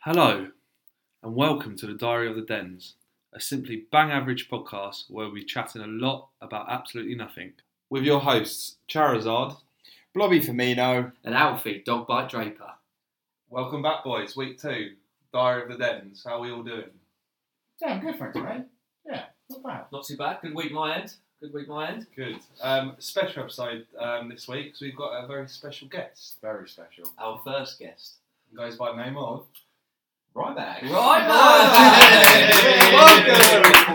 Hello, and welcome to the Diary of the Dens, a simply bang average podcast where we chatting a lot about absolutely nothing. With your hosts, Charizard. Blobby Firmino. and Alfie Dogbite Draper. Welcome back, boys. Week two, Diary of the Dens. How are we all doing? Yeah, good friends, right? Yeah, not bad. Not too bad. Good week, my end. Good week, my end. Good. Um, special episode um, this week because we've got a very special guest. Very special. Our first guest. Goes by the name of. Right back. Right back.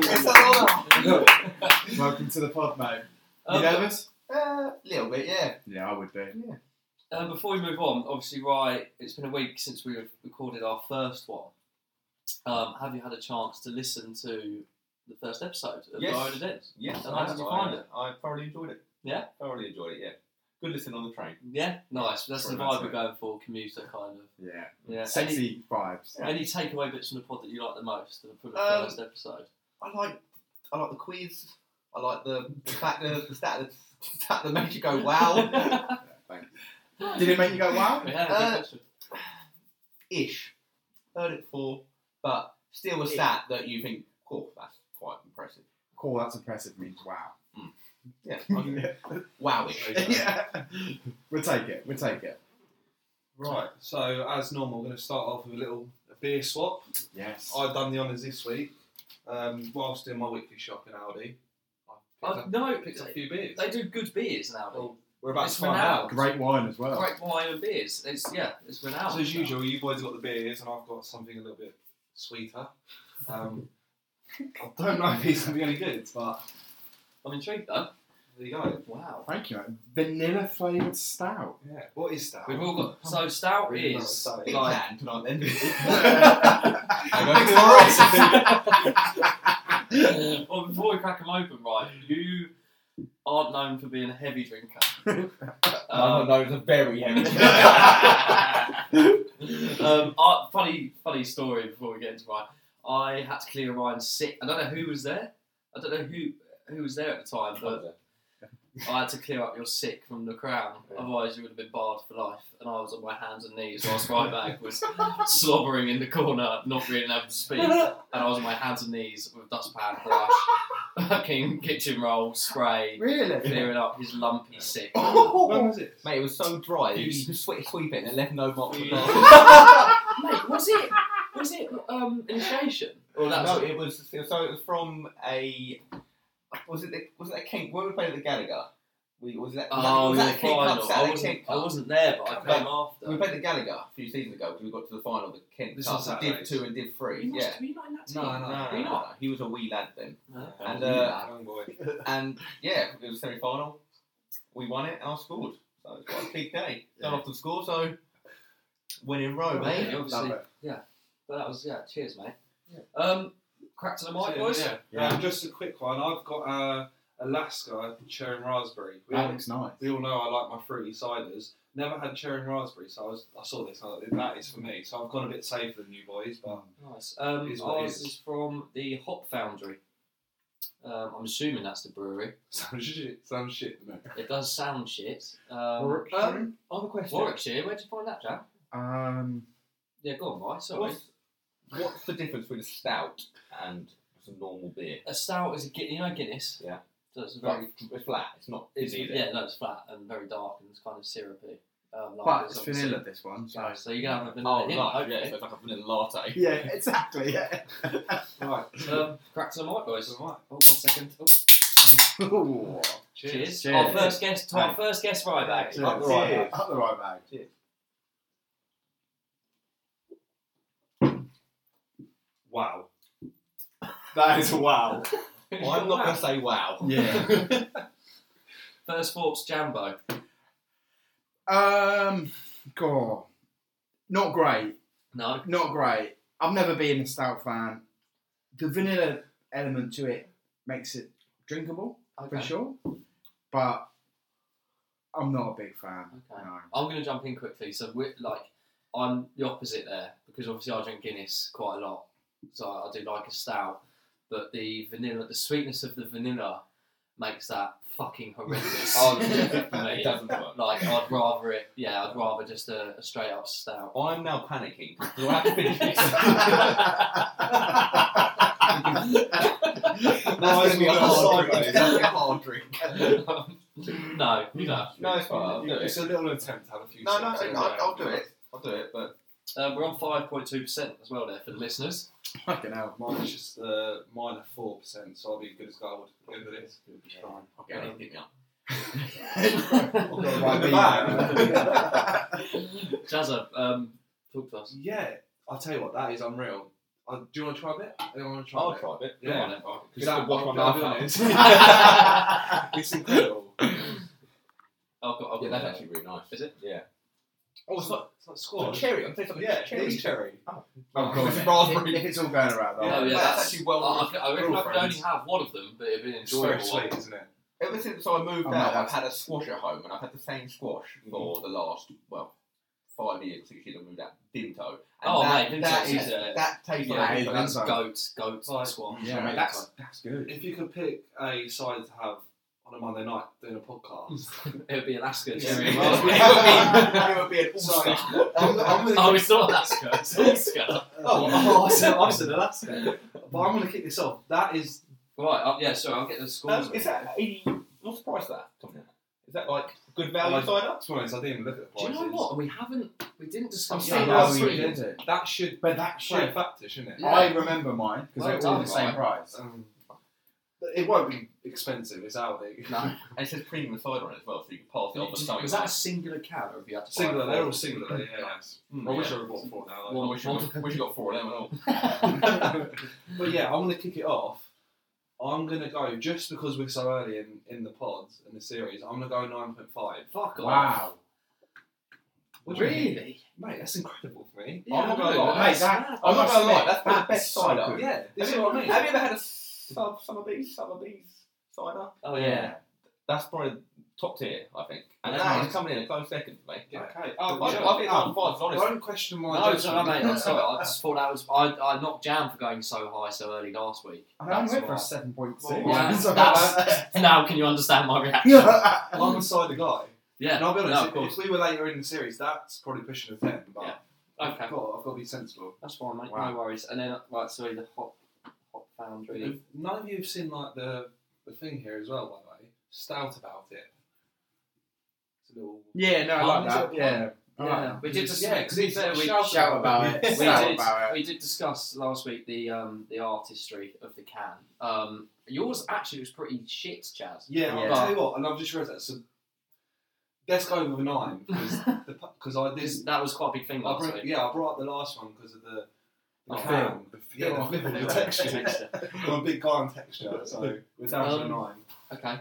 Welcome. It's Welcome to the pod, mate. You Um, nervous? Uh, A little bit, yeah. Yeah, I would be. um, before we move on, obviously, Rye, it's been a week since we recorded our first one. Um, have you had a chance to listen to the first episode of Yes. Diary of the Dead? Yes, And I, how did you I- find it? I thoroughly enjoyed it. Yeah? Thoroughly enjoyed it, yeah. Good listen on the train. Yeah, nice. That's the Sorry, that's vibe we're it. going for, commuter kind of. Yeah. Yeah. Any, Sexy vibes. any takeaway bits from the pod that you like the most from the Um, first episode? I like I like the quiz. I like the, the fact that the stat that, stat that made you go wow Did it make you go wow? Yeah, good Uh, question. ish. Heard it before, but still a stat that you think, oh, that's quite impressive. Cool, that's impressive means wow. Yeah, yeah. wowish. We'll take it. We'll take it. Right, so as normal, we're going to start off with a little beer swap. Yes. I've done the honours this week. Um, whilst doing my weekly shop in Aldi, I picked Uh, up, no, picked up a few beers. they do good beers now. Well, We're about It's to find Renal. out. Great wine as well. Great wine and beers. It's yeah, it's renowned. So as usual, you boys got the beers, and I've got something a little bit sweeter. Um, I don't know if these going to be any good, but I'm intrigued though. there you go. Wow. Thank you. mate. Vanilla flavoured stout. Yeah, what is that? We've all got so stout Really not is stout. Big like man tonight then. well before we crack them open, right, you aren't known for being a heavy drinker. Um, Um, no, it's a very heavy. um, uh, funny, funny story. Before we get into Ryan, I had to clear Ryan's sick. I don't know who was there. I don't know who who was there at the time, but I had to clear up your sick from the crown, Yeah. otherwise you would have been barred for life. And I was on my hands and knees whilst Ryback was slobbering in the corner, not really able to speak. And I was on my hands and knees with dustpan, brush, fucking kitchen roll, spray, Really? clearing up his lumpy sick. When was it? Mate, it was so dry. You, You- you sweat sweep it and it left no mark for You- Mate, was it was it um initiation? Or that no, was it was so it was from a was it the, was it a King when we played at the Gallagher? We was that was Oh, that, was yeah, that a King Club final. I Saturday King wasn't, I Club? wasn't there, but I Come came after. We played the Gallagher a few seasons ago because we got to the final of the King This Cup. was We did Saturdays. two and did three. You must- yeah. were you not in that team? No, no, no, Were you no, not? no. He was a wee lad then, No. and uh, Young boy. and yeah, it was semi final. We won it and I scored. So it was quite a big day. Don't Yeah. often score, so winning row, Mate, mate. obviously. Love it. But that was yeah. Cheers, mate. Yeah. Um, crack to the mic, boys. Yeah. Yeah. Um, just a quick one. I've got uh, Alaska cherry and raspberry. We That all, looks nice. we all know I like my fruity ciders. Never had cherry and raspberry, so I, was, I saw this. And I was like, that is for me. So I've gone a bit safer than you boys, but Nice. Um, Is what ours is. is. from the Hop Foundry. Um, I'm assuming that's the brewery. sounds shit. Sounds shit to me. It does sound shit. Um, Warwick. Um, I have a question. Warwickshire. Where'd you find that, Jack? Um, Yeah, go on, right. Sorry. What's, what's the difference between a stout and just a normal beer? A stout is a Guinness. You know Guinness. Yeah. So it's a very. Like, it's flat. It's not. It's, fizzy, is it? yeah, no, it's flat and very dark and it's kind of syrupy. Um, like but it's it's obviously- vanilla this one, so. So you can have a vanilla. Oh, right. hint, Yeah, hopefully. so it's like a vanilla latte. Yeah, exactly. Yeah. Right. Um, crack to the mic, boys. So, right. Oh, one second. Oh, Ooh. cheers. Cheers. Our Cheers. first guest. Our first guest, right back. Cheers. Up the right bag. Up the right bag. Wow. That is wow. Well, I'm not going to say wow. Yeah. First thoughts, Jambo. Um, God, not great. No. Not great. I've never been a stout fan. The vanilla element to it makes it drinkable Okay. for sure, but I'm not a big fan. Okay. I'm going to jump in quickly. So we're like, I'm the opposite there because obviously I drink Guinness quite a lot, so I do like a stout. But the vanilla, the sweetness of the vanilla, makes that fucking horrendous. Oh, for me. it doesn't work. Like I'd rather it. Yeah, I'd rather just a, a straight up stout. I'm now panicking. Do I have to finish this? That's gonna be a hard drink. That's gonna be a hard drink. no, you don't. No, it's fine. I'll do it. It's a little attempt to have a few. No, no, sips no, I'll, I'll do it. I'll do it, but Uh, we're on five point two percent as well there for the listeners. Fucking hell. Mine is just uh, minor four percent, so I'll be good as gold. Good for this. I'll get anything now. Right, the me. bag. Jazza, um, talk to us. yeah, I'll tell you what, that is unreal. Uh, do you want to try a bit? Anyone want to try a I'll bit? try a bit. Go Yeah, on then, Mark. because that Wash what my mouth out. is. yeah, It's incredible. I've got. I've got that's actually really nice. Is it? Yeah. Oh, it's not, it's not squash. cherry. I'm tasting Yeah, cherry. it is cherry. Oh, God. it's raspberry. If it's all going around, Oh, I'll- yeah, that's that's- actually well. I, I, I reckon I could Girlfriends. only have one of them, but it'd be an It's very enjoyable one. sweet, isn't it? Ever since I moved Oh, no, out, I've that's- Mm-hmm. had a squash at home, and I've had the same squash for the last well five years, six years. I moved out Dinto, and Oh, that, mate, that Dinto's is is, uh, that tastes yeah, like it's Dinto. amazing. That's goats, goats, Right. squash. Yeah, mate, that's that's good. If you could pick a side to have on a Monday night doing a podcast, It would be Alaska It's cherry. really it, would be, it would be an Sorry. all-star. I'm, I'm gonna oh, it's not Alaska. It's Alaska. Oh, oh, I said, I said Alaska. But I'm going to kick this off. That is. right. Uh, yeah. Sorry, I'll get the scores. Um, is that eighty? What's the price of that? Something like that? Is that like good value Like- cider? To be honest, I didn't even look at the Do you prices. know what? We haven't. We didn't discuss Yeah, that saying that's how last we sweet, week. did isn't it. That should. But that Play a should. factor, shouldn't it? Yeah. I remember mine Well because they're all done, the same right. price. Um, but it won't be expensive. It's out there. No. And it says premium cider on it as well, so you can pass it off as something. Was that a singular cab, or have you had to buy Singular. four? They're all singular. Yeah. Hmm, Mm, I wish yeah. I would bought four now. I One- wish you got, wish you got four of them and all. but yeah, I'm gonna kick it off. I'm gonna go just because we're so early in, in the pods in the series. I'm gonna go nine point five. Fuck off. Wow. What do you think? Really? mate? That's incredible for me. Yeah, I'm not I gonna know, lie, that's- mate, that- I'm not gonna lie, that's That's the best so cider. good. Yeah, this Have is you- what I mean. Have you ever had a sub Somerby's Somerby's cider? Oh yeah. That's probably top tier, I think. And Yeah. that is coming in a close second, mate. Okay. I, Oh, I sure. think it's Um, on five, honestly. Don't question No, my. no, judgment. no, mate. I'm sorry. I just thought that was. I, I knocked Jam for going so high so early last week. I only That's went for a why. seven point six. Well, yeah, So- uh, that's- Now, can you understand my reaction? I'm a cider guy. Yeah. And I'll be No, of honest, course. if, if we were later in the series, that's probably pushing a 10, but Yeah. I've, Okay. got, I've got to be sensible. That's fine, mate. Wow. No worries. And then, right, sorry, the hot, hot foundry. If none of you have seen like the, the thing here as well, by the way, stout about it. It's a little. Yeah, no, I Palms like that. or- Yeah. I like Yeah, that. we did just Yeah, because it's we, shout, Shout about it. we Shout did about it. we did discuss last week the um the artistry of the can. Um, yours actually was pretty shit, Chaz. Yeah, Yeah. I'll tell you what, and I've just read that. So let's go with a 9, because I did. This- that was quite a big thing I last brought, week. yeah, I brought up the last one because of the. The Oh, film, the, yeah, Oh, the, film, the yeah. texture. I'm a big guy on texture, so we're down to a Um, nine. okay.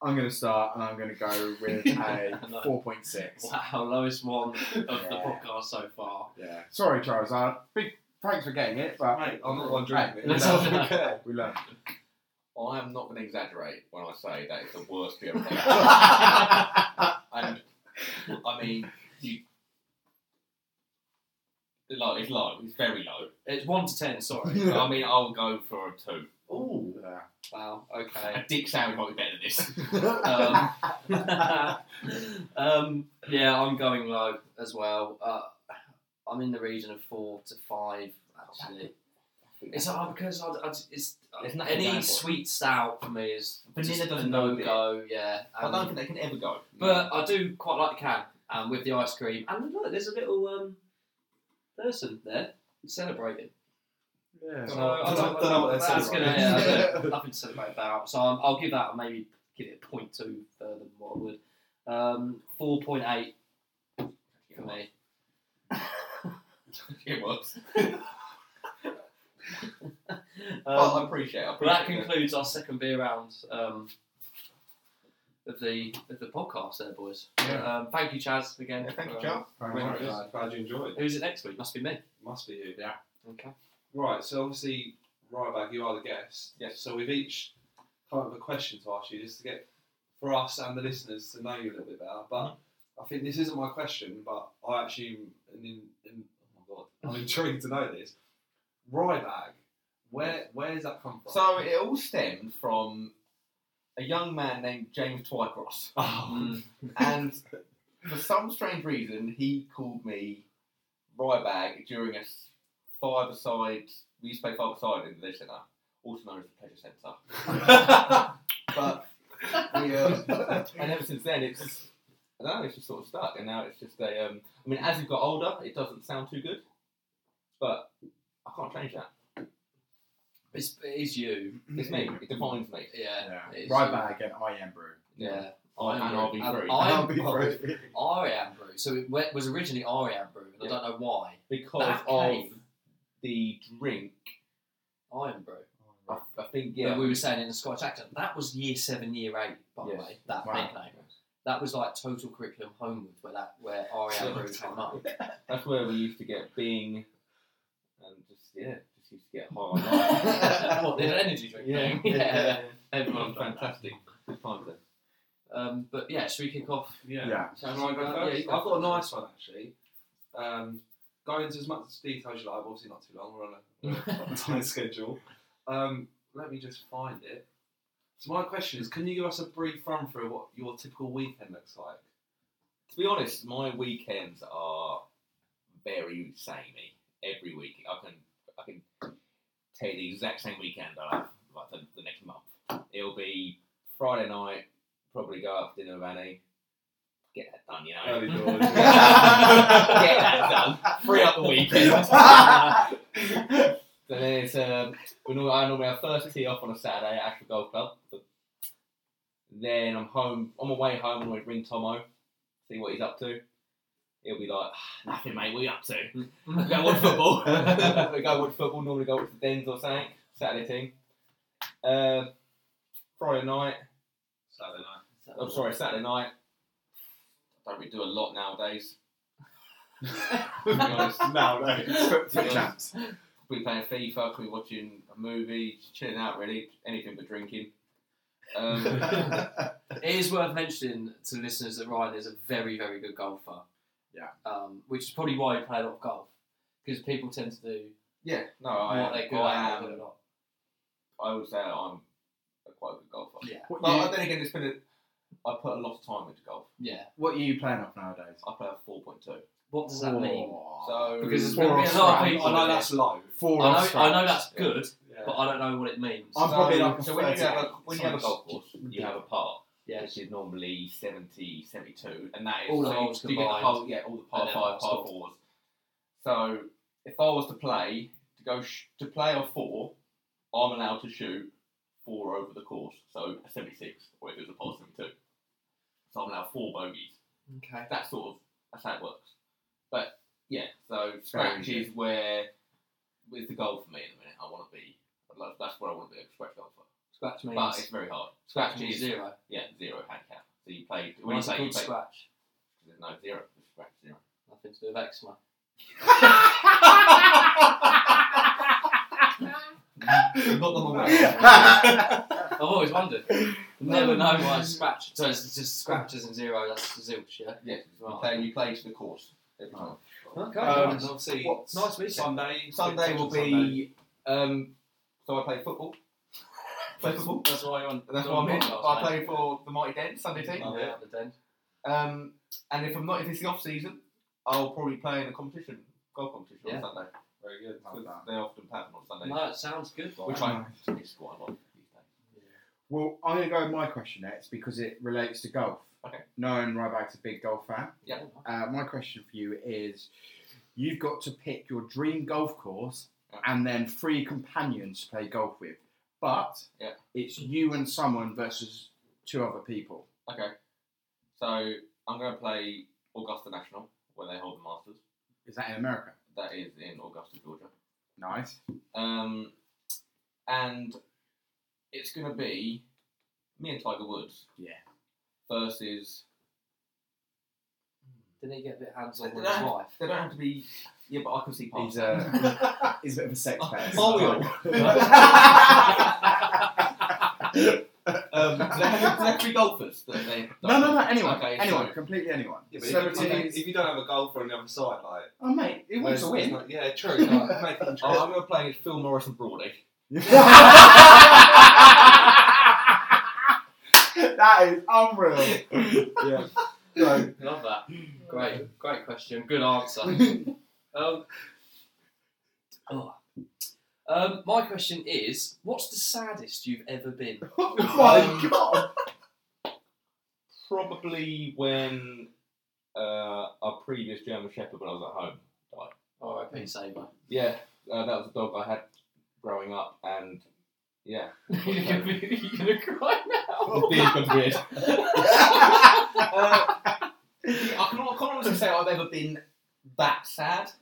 I'm gonna start and I'm gonna go with a No. four point six. Wow, lowest one of the Yeah. podcast so far. Yeah. Sorry, Charles. I big thanks for getting it, but Mate, I'm not one Right. drinking it. Let's No, have I don't it. care. we love. I am not going to exaggerate when I say that it's the worst beer I've ever had. yeah, And I mean, you. Low, it's low, it's very low. it's one to ten. Sorry. But I mean, I'll go for a two. Oh. Wow. Okay. A dick sandwich might be better than this. um, um, yeah, I'm going low as well. Uh, I'm in the region of four to five, actually. It's hard because I, I, it's There's nothing any going for it. sweet stout for me is Vanilla just doesn't go no with it. go. Yeah, I and- don't think they can ever go. but I do quite like the can um, with the ice cream. And look, there's a little um, person there celebrating. Yeah. Don't So know- I don't know- don't know what they're that's celebrating. gonna- yeah, I don't- nothing to celebrate about. So um, I'll give that maybe give it a point two further than what I would. Um, four point eight for me. it works. Um, Well, I appreciate it. I well, that appreciate it. concludes our second beer round um, of the of the podcast, there, boys. Yeah. Um, thank you, Chaz, again. Yeah, thank you, Um, Charles. Very Right. much. Sorry, guys, Glad you enjoyed it. Who's it next week? Must be me. Must be you. Okay. Right, so obviously, Ryback, you are the guest. Yes. So we've each come up with a question to ask you just to get for us and the listeners to know you a little bit better. But I think this isn't my question, but I actually am in, in, oh my god, I'm intrigued to know this. Ryback, where where does that come from? So it all stemmed from a young man named James Twycross. Oh, Mm. and for some strange reason, he called me Rybag during a s- five-a-side. We used to play five-a-side in the leisure centre, also known as the pleasure centre. but we, uh, and ever since then, it's just, I don't know, it's just sort of stuck. And now it's just a. Um, I mean, as you got older, it doesn't sound too good, but I can't change that. It's, it is you. It's me. It defines me. Yeah. it is Right you. back again. I am brew. Yeah. I, and I'll be And free. I- I'll I'm- be brew. Ariane Brew. So it went- was originally Ariane Brew, and I don't know why. because That of came- the drink. Iron Brew. I, I think Yeah. yeah. we were saying in the Scottish accent. That was year seven, year eight, by the Yes. way. That Wow. nickname. That was like total curriculum homeward, where that where Ariane Brew came up. That's where we used to get Bing, and just yeah, just used to get high on life. what, the energy drink yeah, thing? Yeah. Everyone everyone done that. fantastic. Good times then. Um, but yeah, should we kick off? yeah. Yeah. Can I go Yeah, first? you go I've got a nice first. one actually. Um, go into as much detail as you like. Obviously, not too long. We're on a, we're on a time schedule. Um, let me just find it. So my question is: Can you give us a brief run through what your typical weekend looks like? To be honest, my weekends are very samey. Every week, I can I can tell you the exact same weekend I have like the, the next month. It'll be Friday night. Probably go out for dinner with Annie. Get that done, you know. Early Get that done. Free up the weekend. so then it's um, we normally, I normally have first tee off on a Saturday at Ashford Golf Club. Then I'm home on my way home. I'm gonna ring Tomo, see what he's up to. He'll be like, "Ah, nothing, mate. What are you up to? We go watch football. we go watch football. Normally go watch the Dens or something. Saturday team. Uh, Friday night. Saturday night. I'm Oh, sorry, Saturday night. Don't really do a lot nowadays. to be honest. No, no. Quick- Quick chance. Could be playing FIFA, could be watching a movie, just chilling out really, anything but drinking. Um, It is worth mentioning to listeners that Ryan is a very, very good golfer. Yeah. Um, which is probably why he played a lot of golf. Because people tend to do yeah, no, I, what they're good I at and what am. they're not. I would say I'm a quite a good golfer. Yeah. What But I you- then again, it's been a, I put a lot of time into golf. Yeah. What are you playing off nowadays? I play a 4.2. What does that mean? So Because there's Four going to be a lot off of strand. people. I know that- that's low. four I know, off I know that's Yeah. good, Yeah. but I don't know what it means. I'm probably so, like a so when you have a 38. when you have a golf course, you Yeah. have a par, yeah. which is normally 70, 72, and that is All the so you- holes you get the combined. whole- yeah, all the par And then five, the par holes fours. So if I was to play to go sh- to play a four, I'm allowed to shoot four over the course, so a seventy-six, or if it was a par seventy-two, so I'm allowed four bogeys. Okay. That sort of that's how it works. But yeah, so very scratch is interesting. where is the goal for me at the minute. I want to be. I'd love- That's what I want to be a scratch golfer. Scratch means But it's very hard. scratch Scratch means is zero. yeah zero handicap. So you play when you What's it play you called play scratch? there's no zero. It's scratch zero. Nothing to do with eczema. Not the I've always wondered. Never know why it's scratch. So it's just scratches and zero. That's zilch, yeah. Yes, you Right. play you play to the course every time. Okay. Um, nice. and obviously, what- nice weekend. Sunday. Sunday will be um. So I play football. play football. That's why you're on. That's you're what I'm in. podcast, I mate. play for the Mighty Den Sunday team. Oh, yeah. the den. Um, and if I'm not, if it's the off season, I'll probably play in a competition, golf competition Yeah. on Sunday. Very good. Because that. they often play them on Sunday. No, it sounds good. Which Ryan. I it's what I like these days. Well, I'm going to go with my question next because it relates to golf. Okay. Knowing Ryback's a big golf fan, Yeah. uh, my question for you is you've got to pick your dream golf course Yeah. and then three companions to play golf with. But Yeah. it's you and someone versus two other people. Okay. So I'm going to play Augusta National where they hold the Masters. Is that in America? That is in Augusta, Georgia. Nice. Um, and it's going to be me and Tiger Woods. Yeah. Versus Didn't he get a bit hands on Did with I- his wife? they don't have to be. Yeah, but I can see past. He's uh, a, he's a bit of a sex pest. Oh. Are we all? Um, do they have, do they have to be golfers? That they no, no, no. Anyone, Okay, anyone, so- completely anyone. Yeah, but if, you- Celebrities. if, you don't have a golfer on the other side, like Oh mate, it wants there's- to win. there's no- yeah, true. Like, make it Oh, interesting. I'm going to play Phil Morris and Broadie. That's that is unreal. yeah. So, Love that. Great, great question. Good answer. um, oh. um, my question is, what's the saddest you've ever been? oh my god. Probably when uh, our previous German Shepherd when I was at home. R.I.P. Saber. Yeah, uh, that was a dog I had growing up, and yeah, You're gonna be- you're gonna cry the now. beard got weird. Uh, I can I can't honestly say I've ever been that sad.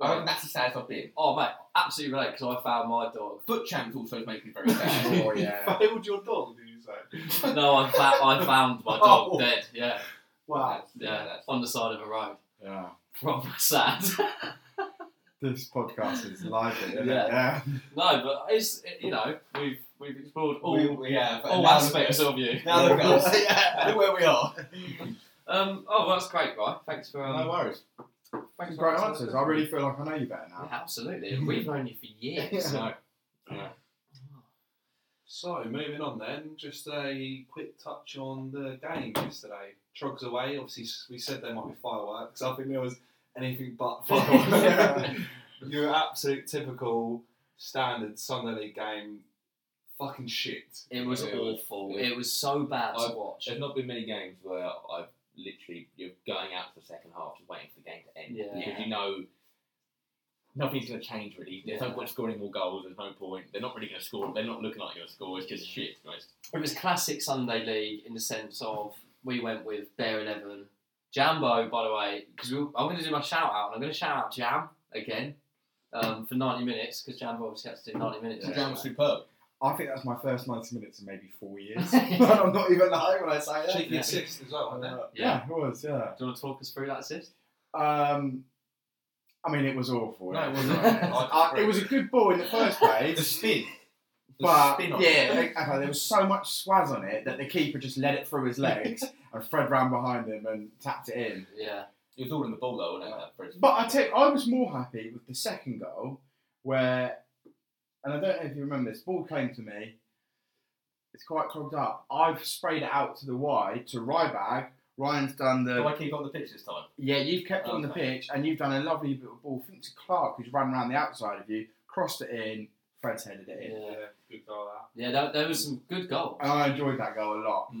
I reckon that's the saddest I've been. Oh mate, absolutely right because I found my dog. Foot champs also make me very sad. Oh yeah. failed your dog, did you say? No, I, fa- I found my dog Oh. dead. Yeah, Wow. yeah, that's on the side of a road. Yeah. Proper sad. This podcast is lively, isn't Yeah. it? Yeah. no, but it's you know we've we've explored all we, we have. all now aspects of you. Look, now look at us. Yeah. Look where we are. Um, oh, well, that's great, right? Thanks for um, No worries. thanks for Great answers. I really feel like I know you better Yeah, now. absolutely. And We've known you for years. No. So, moving on then, just a quick touch on the game yesterday. Trogs away, obviously, s- we said there might be fireworks. I think there was anything but fireworks. Yeah. Your absolute typical standard Sunday league game, fucking shit. It was Yeah. awful. Yeah. It was so bad I- to watch. There's not been many games where I've literally you're going out for the second half, just waiting for the game to end Yeah. because you know nothing's going to change really. There's Yeah. no point scoring more goals. There's no point. They're not really going to score. They're not looking like you're going to score. It's just shit. to be honest. It was classic Sunday league in the sense of we went with Bear 11. Jambo, by the way, because I'm going to do my shout out, and I'm going to shout out Jam again um, for 90 minutes, because Jambo obviously had to do 90 minutes. The drama's superb. I think that's my first 90 minutes in maybe four years. I'm not even lying when I say that. Cheeky Yeah. assist as well, wasn't it? Uh, yeah, it was, yeah. Do you want to talk us through that assist? Um, I mean, it was awful. No, it wasn't. I- it was a good ball in the first The place, spin. The but spin yeah, on it. like, okay, there was so much swaz on it that the keeper just let it through his legs, and Fred ran behind him and tapped it in. Yeah. It was all in the ball though, wasn't it? that first- But I tell you, I was more happy with the second goal, where, and I don't know if you remember this, ball came to me. It's quite clogged up. I've sprayed it out to the wide to Ryback. Ryan's done the Do I keep on the pitch this time? Yeah, you've kept Oh, on the Okay. pitch and you've done a lovely bit of ball. I think to Clark, who's run around the outside of you, crossed it in, Fred's headed it in. Yeah, Yeah, good goal that. yeah there, there was some good goals. And I enjoyed that goal a lot.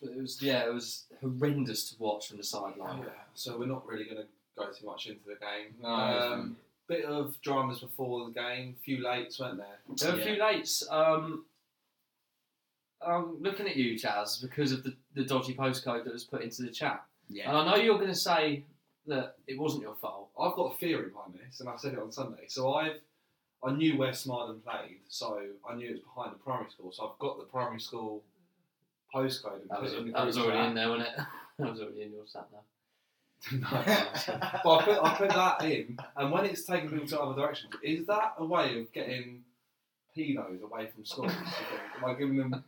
But it was, yeah, it was horrendous to watch from the sideline. Oh, Yeah, so we're not really going to go too much into the game. No, um, bit of dramas before the game, few lates, weren't there? There were a few lates. Um, I'm looking at you, Jazz, because of the, the dodgy postcode that was put into the chat. Yeah. uh, And I know you're going to say that it wasn't your fault. I've got a theory behind this, and I said it on Sunday. So I've I knew where Smarden played, so I knew it was behind the primary school. So I've got the primary school postcode. And That put was, it in the that was group already chat. in there, wasn't it? that was already in your sat nav. But I put, I put that in, and when it's taking people to other directions, is that a way of getting pedos away from schools? do you think? Am I giving them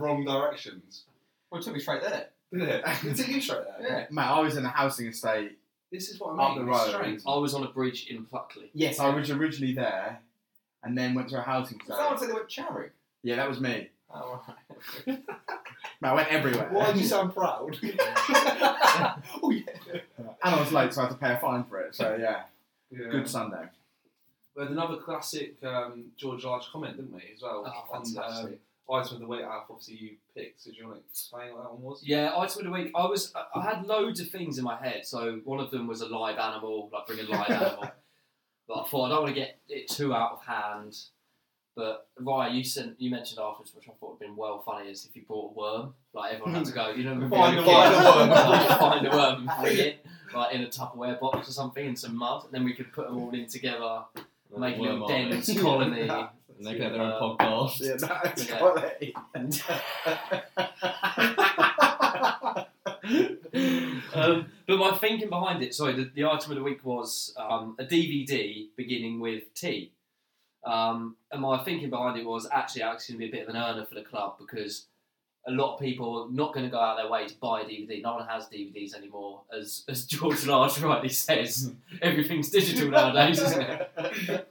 wrong directions? Well, it took me straight there. Did it? Did it you straight there? Mate, I was in a housing estate. This is what Up I mean. the it's road. strange. I was on a bridge in Pluckley. Yes, I was originally there and then went to a housing Someone estate. said they went charring. Yeah, that was me. Oh, right. Mate, I went everywhere. Why do you sound proud? oh yeah. and I was late, so I had to pay a fine for it. So, yeah, Yeah. good Sunday. We had another classic um, George Large comment, didn't we, as well? Oh, on, fantastic. um, item of the week out, obviously you picked, so do you want to explain what that one was? Yeah, item of the week. I was I- I had loads of things in my head. So one of them was a live animal, like bring a live animal. But I thought I don't want to get it too out of hand. But Ryan, you sent you mentioned afterwards, which I thought would have been well funny, is if you brought a worm, like everyone had to go, you know, Find a a worm. find a worm and bring it, like in a Tupperware box or something, in some mud, and then we could put them all in together, make a little Worm army. dense colony. And they could have their own podcast. Yeah, that's Yeah. quality. um, but my thinking behind it, sorry, the, the item of the week was um, a DVD beginning with T. Um, and my thinking behind it was actually Alex going to be a bit of an earner for the club because a lot of people are not going to go out of their way to buy a DVD. No one has DVDs anymore, as, as George Large rightly says. Everything's digital nowadays, isn't it?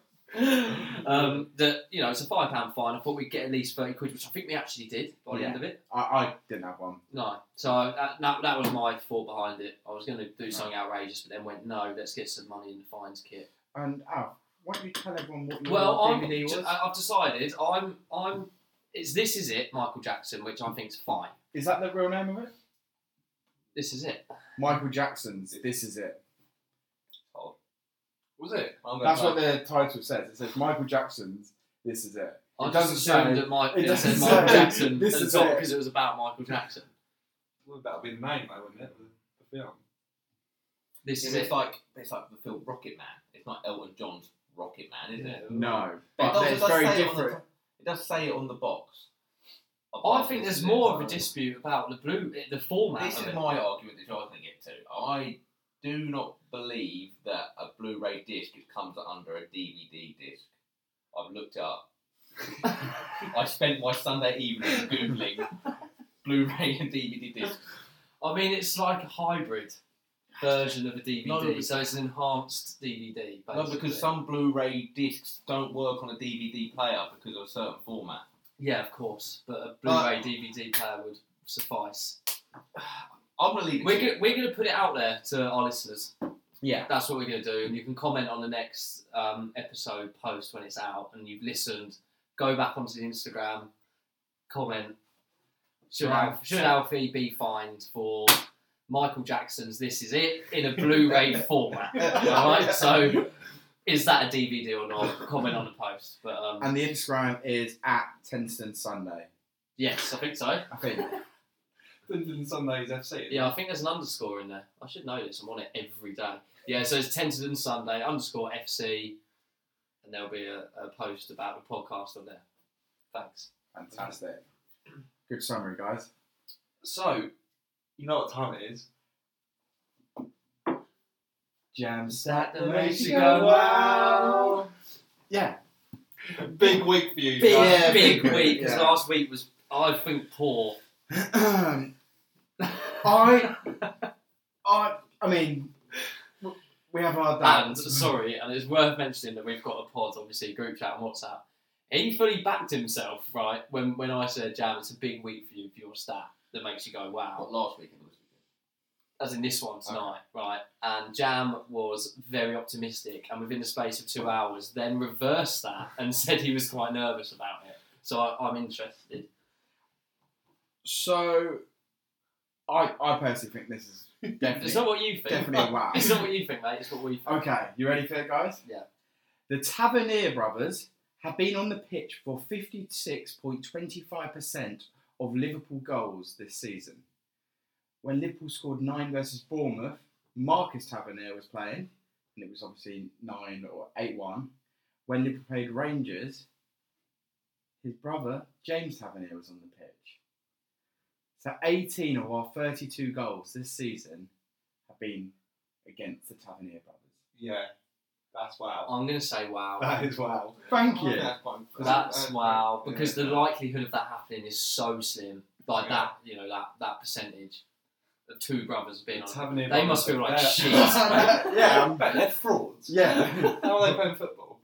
um, that you know it's a five pound fine. I thought we'd get at least thirty quid, which I think we actually did by the Yeah. end of it. I, I didn't have one. No, so that, that, that was my thought behind it. I was going to do something outrageous, but then went no, let's get some money in the fines kit. And Alf, why don't you tell everyone what your Well, I'm, uh, DVD was? I- I've decided I'm I'm it's this is it, Michael Jackson, which I think's fine. is that the real name of it? This is it. Michael Jackson's. This is it. Was it? I'm gonna That's try- what the title says. It says Michael Jackson's. This is it. I just It doesn't assumed say- that Mike it it doesn't said Michael say. Jackson This at the is top it. because it was about Michael Jackson. Well, that would be the name, though, wouldn't it? The film. This It's is it. like it's like the film Rocket Man. It's not Elton John's Rocket Man, is it? No, But it but does, it it's does very say It, different. on the, it does say it on the box. I think there's more of a dispute. dispute about the blue the format This of is it. my argument that I was going to get to. I do not believe that a Blu-ray disc comes under a DVD disc. I've looked it up. I spent my Sunday evening googling Blu-ray and DVD discs. I mean, it's like a hybrid version of a DVD, No, but- so it's an enhanced DVD. Basically. No, because some Blu-ray discs don't work on a DVD player because of a certain format. yeah, of course, but a Blu-ray But- DVD player would suffice. I'm going to leave it. We're to you. gonna, we're gonna put it out there to our listeners. Yeah. that's what we're gonna do, and you can comment on the next um, episode post when it's out, and you've listened. Go back onto the Instagram, comment. Should Right. Alf, should Alfie be fined for Michael Jackson's "This Is It" in a Blu-ray format? All right, so is that a DVD or not? Comment on the post. But um, And the Instagram is at Tenston Sunday. yes, I think so. I think. Dundon Sundays FC. Yeah, I think there's an underscore in there. I should know this. I'm on it every day. Yeah, so it's Tenterden Sunday underscore FC, and there'll be a, a post about the podcast on there. Thanks. Fantastic. Good summary, guys. So, you know what time it is? Jam That that makes makes you you go go wow. Yeah. Big week for you. Big, guys. Yeah, big, big week week, because yeah. last week was, I think, poor. I, I, I mean, w- we have our And dance. sorry, and it's worth mentioning that we've got a pod, obviously, group chat and WhatsApp. He fully backed himself, right? When when I said, Jam, it's a big week for you for your stat that makes you go, wow. What, last weekend was as in this one tonight, right? And Jam was very optimistic, and within the space of two hours, then reversed that and said he was quite nervous about it. So I, I'm interested. So, I, I personally think this is definitely, It's not what you think. definitely a wow. It's not what you think, mate. It's what we think. Okay, you ready for it, guys? Yeah. The Tavernier brothers have been on the pitch for 56.25% of Liverpool goals this season. When Liverpool scored nine versus Bournemouth, Marcus Tavernier was playing, and it was obviously 9 or 8 1. When Liverpool played Rangers, his brother James Tavernier was on the pitch. So 18 of our 32 goals this season have been against the Tavernier brothers. Yeah, that's wow. I'm going to say wow. That is wow. Thank Oh, you. that's quite impressive. That's wow Uh, yeah. because the likelihood of that happening is so slim. Like Yeah. that, you know, that that percentage of two brothers being on. Tavernier They must Brothers feel are like there. shit. Yeah, I'm- bet they're frauds. Yeah. How are they playing football?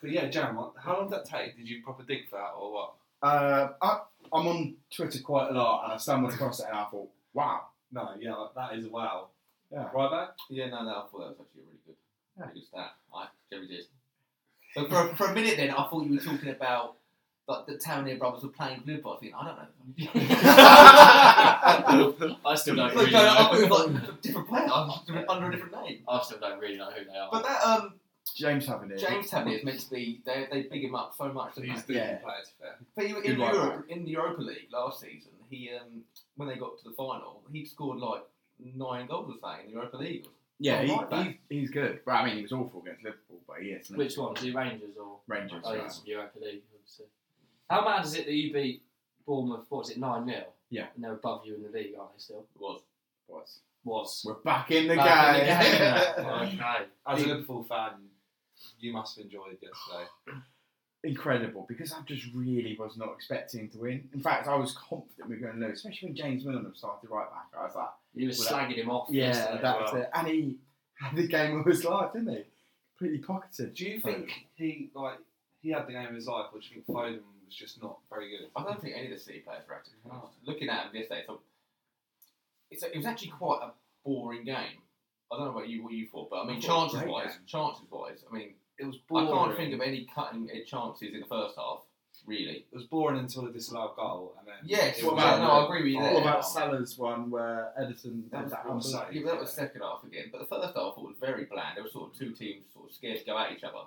But yeah, Jam, what- how long did that take? Did you proper dig for that or what? Uh, I, I'm on Twitter quite a lot, and I stumbled across it, and I thought, wow. No, yeah, like, that is wow. Yeah. Right back? good. Yeah, no, no, I thought that was actually a really good, Yeah. really good stat. Right, Jerry Jason. But for, for a minute then, I thought you were talking about like, the Townier brothers were playing blue ball. I was thinking, I don't know. I still don't Like, really no, no, I thought know. it was like a different player I'm under- under a different name. I still don't really know who they are. But that um, James Tavernier. James Townier is meant to be. They, they big him up so much. So don't they? he's the Yeah. player to fair. But he, Good in right Europe, in the Europa League last season, he um, when they got to the final, he scored like nine goals or something in the Europa League. Yeah, Oh, he, right back. he's, he's good. Well, I mean, he was awful against Liverpool, but he is. Which one? Is it Rangers or? Rangers. Oh, yeah. yeah, it's Europa League, obviously. How mad is it that you beat Bournemouth, what was it, 9 0? Yeah. And they're above you in the league, aren't they still? It was. Was. Was. We're back in the Back in game. the game now. okay. As a Yeah. Liverpool fan, you must have enjoyed yesterday. Incredible, because I just really was not expecting to win. In fact, I was confident we were going to lose, especially when James Milner started right back. I was like, "Oh, You were Well, slagging him off. yeah, yesterday as that's well. it. And he had the game of his life, didn't he? completely pocketed. Do you think he like he had the game of his life, or do you think Foden was just not very good? I don't think any of the City players were active. Looking at him yesterday, I thought it's it was actually quite a boring game. I don't know about you, what you thought, but I mean, I thought it was a chances great wise, game. chances wise, I mean, It was boring. I can't think of any cutting edge chances in the first half, really. It was boring until the disallowed goal, and then Yes, it what was Oh. about- no, I agree with you What there. about Salah's one where Edison That was that awesome. handball? Yeah, but that was second half again, but the first half I thought was very bland. There were sort of two teams sort of scared to go at each other.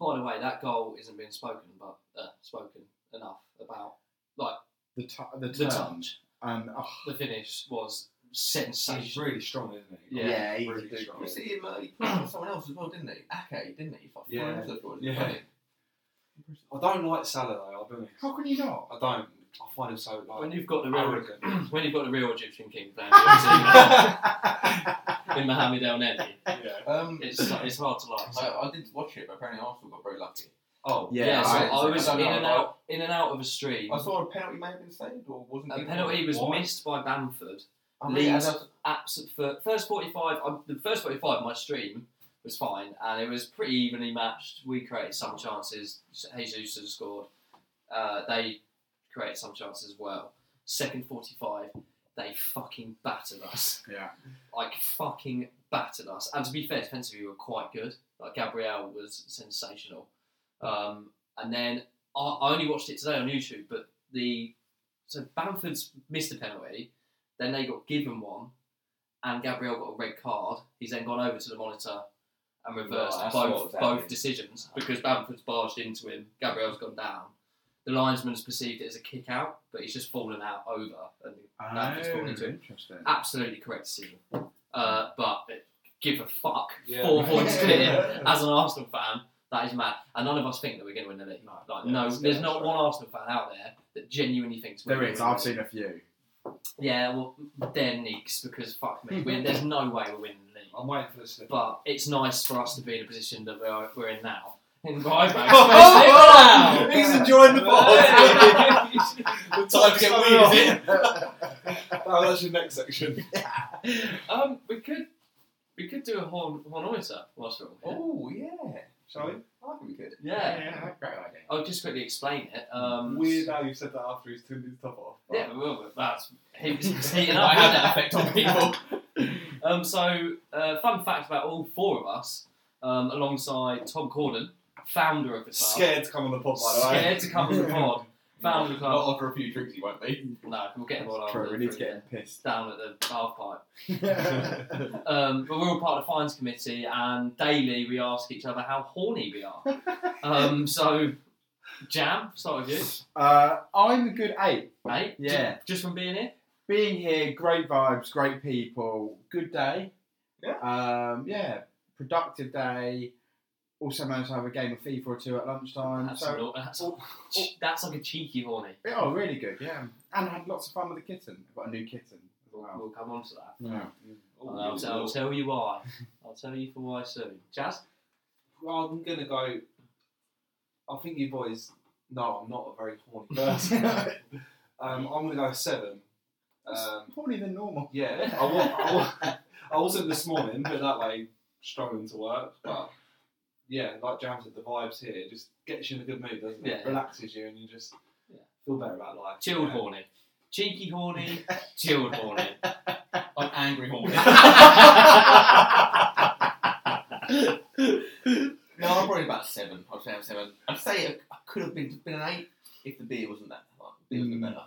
By the way, that goal isn't being spoken, but uh, spoken enough about. Like the, tu- the the turn touch, and oh, the finish was He's sensational. really strong, isn't he? Yeah. he's really a big strong. You see him, uh, he played with someone else as well, didn't he? Ake, didn't he? Fuck, Yeah. foreign, I thought it was Yeah. funny. I don't like Salah though. I'll be honest. How can you not? I don't. I find him so like. When you've got the real arrogant. when you've got the real Egyptian king playing for your team in Mohamed El Neni, yeah. Um, it's it's hard to like. I, I did watch it, but apparently Arsenal got very lucky. Oh yeah, Yeah, so I- I, was I in don't know, and I- out in and out of a stream. I saw a penalty may have been saved, or wasn't A given. penalty was Why? missed by Bamford. I mean, Leeds- and that's- Absolute fir- first forty-five. Um, the first forty-five, my stream was fine, and it was pretty evenly matched. We created some chances. Jesus had scored. Uh, they created some chances as well. Second forty-five, they fucking battered us. Yeah. Like fucking battered us. And to be fair, defensively, we were quite good. Like Gabriel was sensational. Um, and then I, I only watched it today on YouTube, but the so Bamford's missed a penalty, then they got given one, and Gabriel got a red card. He's then gone over to the monitor and reversed Right, I saw what was both both happening. decisions because Bamford's barged into him. Gabriel's gone down. The linesman's perceived it as a kick out, but he's just fallen out over. And Bamford's Oh, fallen into it. interesting. absolutely correct decision. Uh, but give a fuck. Yeah. Four points clear Yeah. as an Arsenal fan, that is mad. And none of us think that we're going to win the league. Like, Yeah, no, that's- there's that's not right. one Arsenal fan out there that genuinely thinks we're There gonna is. win the league. I've seen a few. Yeah, well, they're nicks because fuck Hmm. me, we're, there's no way we're winning the league. I'm waiting for the slip. But it's nice for us to be in a position that we're, we're in now. In my back. Oh, wow. He's enjoying the ball. Hey. the time to get weird, is it? Oh, that's your next section. um, we could we could do a horn hornometer whilst we're on here. oh yeah, Shall we? I think we could. Oh, Yeah. great idea. I'll just quickly explain it. Um, Weird how you said that after he's turned his top off. Yeah, well, but that's he was heating up. I had wasn't it? that effect on people. Um, so, uh, fun fact about all four of us, um, alongside Tom Corden, founder of the club, Scared to come on the pod, by the way. scared to come to the pod, founder of the Not club. after a few drinks, he won't be. No, we'll get him all That's over. true. We need to get him pissed. down at the half pipe. yeah. Um, but we're all part of the fines committee, and daily we ask each other how horny we are. Um, so, Jam, start with you. Uh, I'm a good eight. Hey, ju- Yeah. just, from E? being here. Being here, great vibes, great people, good day. Yeah. Um, yeah. Productive day. Also managed to have a game of FIFA or two at lunchtime. That's, so an- that's, all- that's like a cheeky horny. Oh, really good, yeah. And had lots of fun with the kitten. I've got a new kitten as well. We'll come on to that. Yeah. Oh, And I'll, you- tell, I'll tell you why. I'll tell you for why soon. Jazz? Well, I'm gonna go. I think you boys. No, I'm not a very horny person. um, I'm gonna go seven. Um, Probably than normal. yeah, I, wa- I, wa- I wasn't this morning, but that way struggling to work. But yeah, like Jam said, the vibes here it just gets you in a good mood, doesn't it? Yeah. Relaxes you, and you just Yeah. feel better about life. Chilled Yeah. horny. Cheeky horny, chilled horny. I'm angry horny. no, I'm probably about seven. I'd say I'm seven. I'd say I I could have been been an eight if the beer wasn't that. Like, the beer wasn't Mm. better.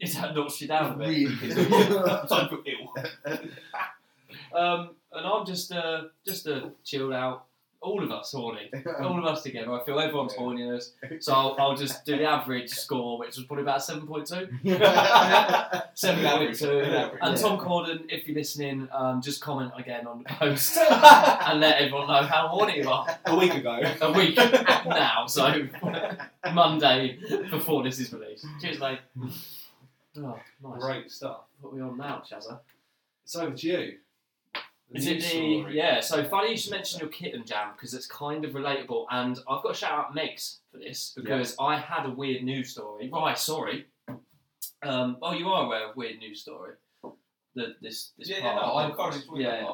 Is that knocks you down a bit? Really pissed. So I feel ill. Um, and I'm just uh, just a chilled out. All of us horny. All of us together. I feel everyone's Yeah. horniness. Oh, So I'll, I'll just do the average score, which was probably about 7.2. Good average, 7.2. good average. And Yeah. Tom Corden, if you're listening, um, just comment again on the post and let everyone know how horny you are. A week ago. a week now, so Monday before this is released. Tuesday. Oh, nice. Great stuff. What are we on now, Chazza? It's over to you. Is new it the story. yeah? So funny you should mention your kitten jam because it's kind of relatable, and I've got to shout out Megs for this because I had a weird news story. Right, sorry. oh, Um, well, you are aware of weird news story. The, this this Yeah, part. no, of I'm the podcast. currently Yeah,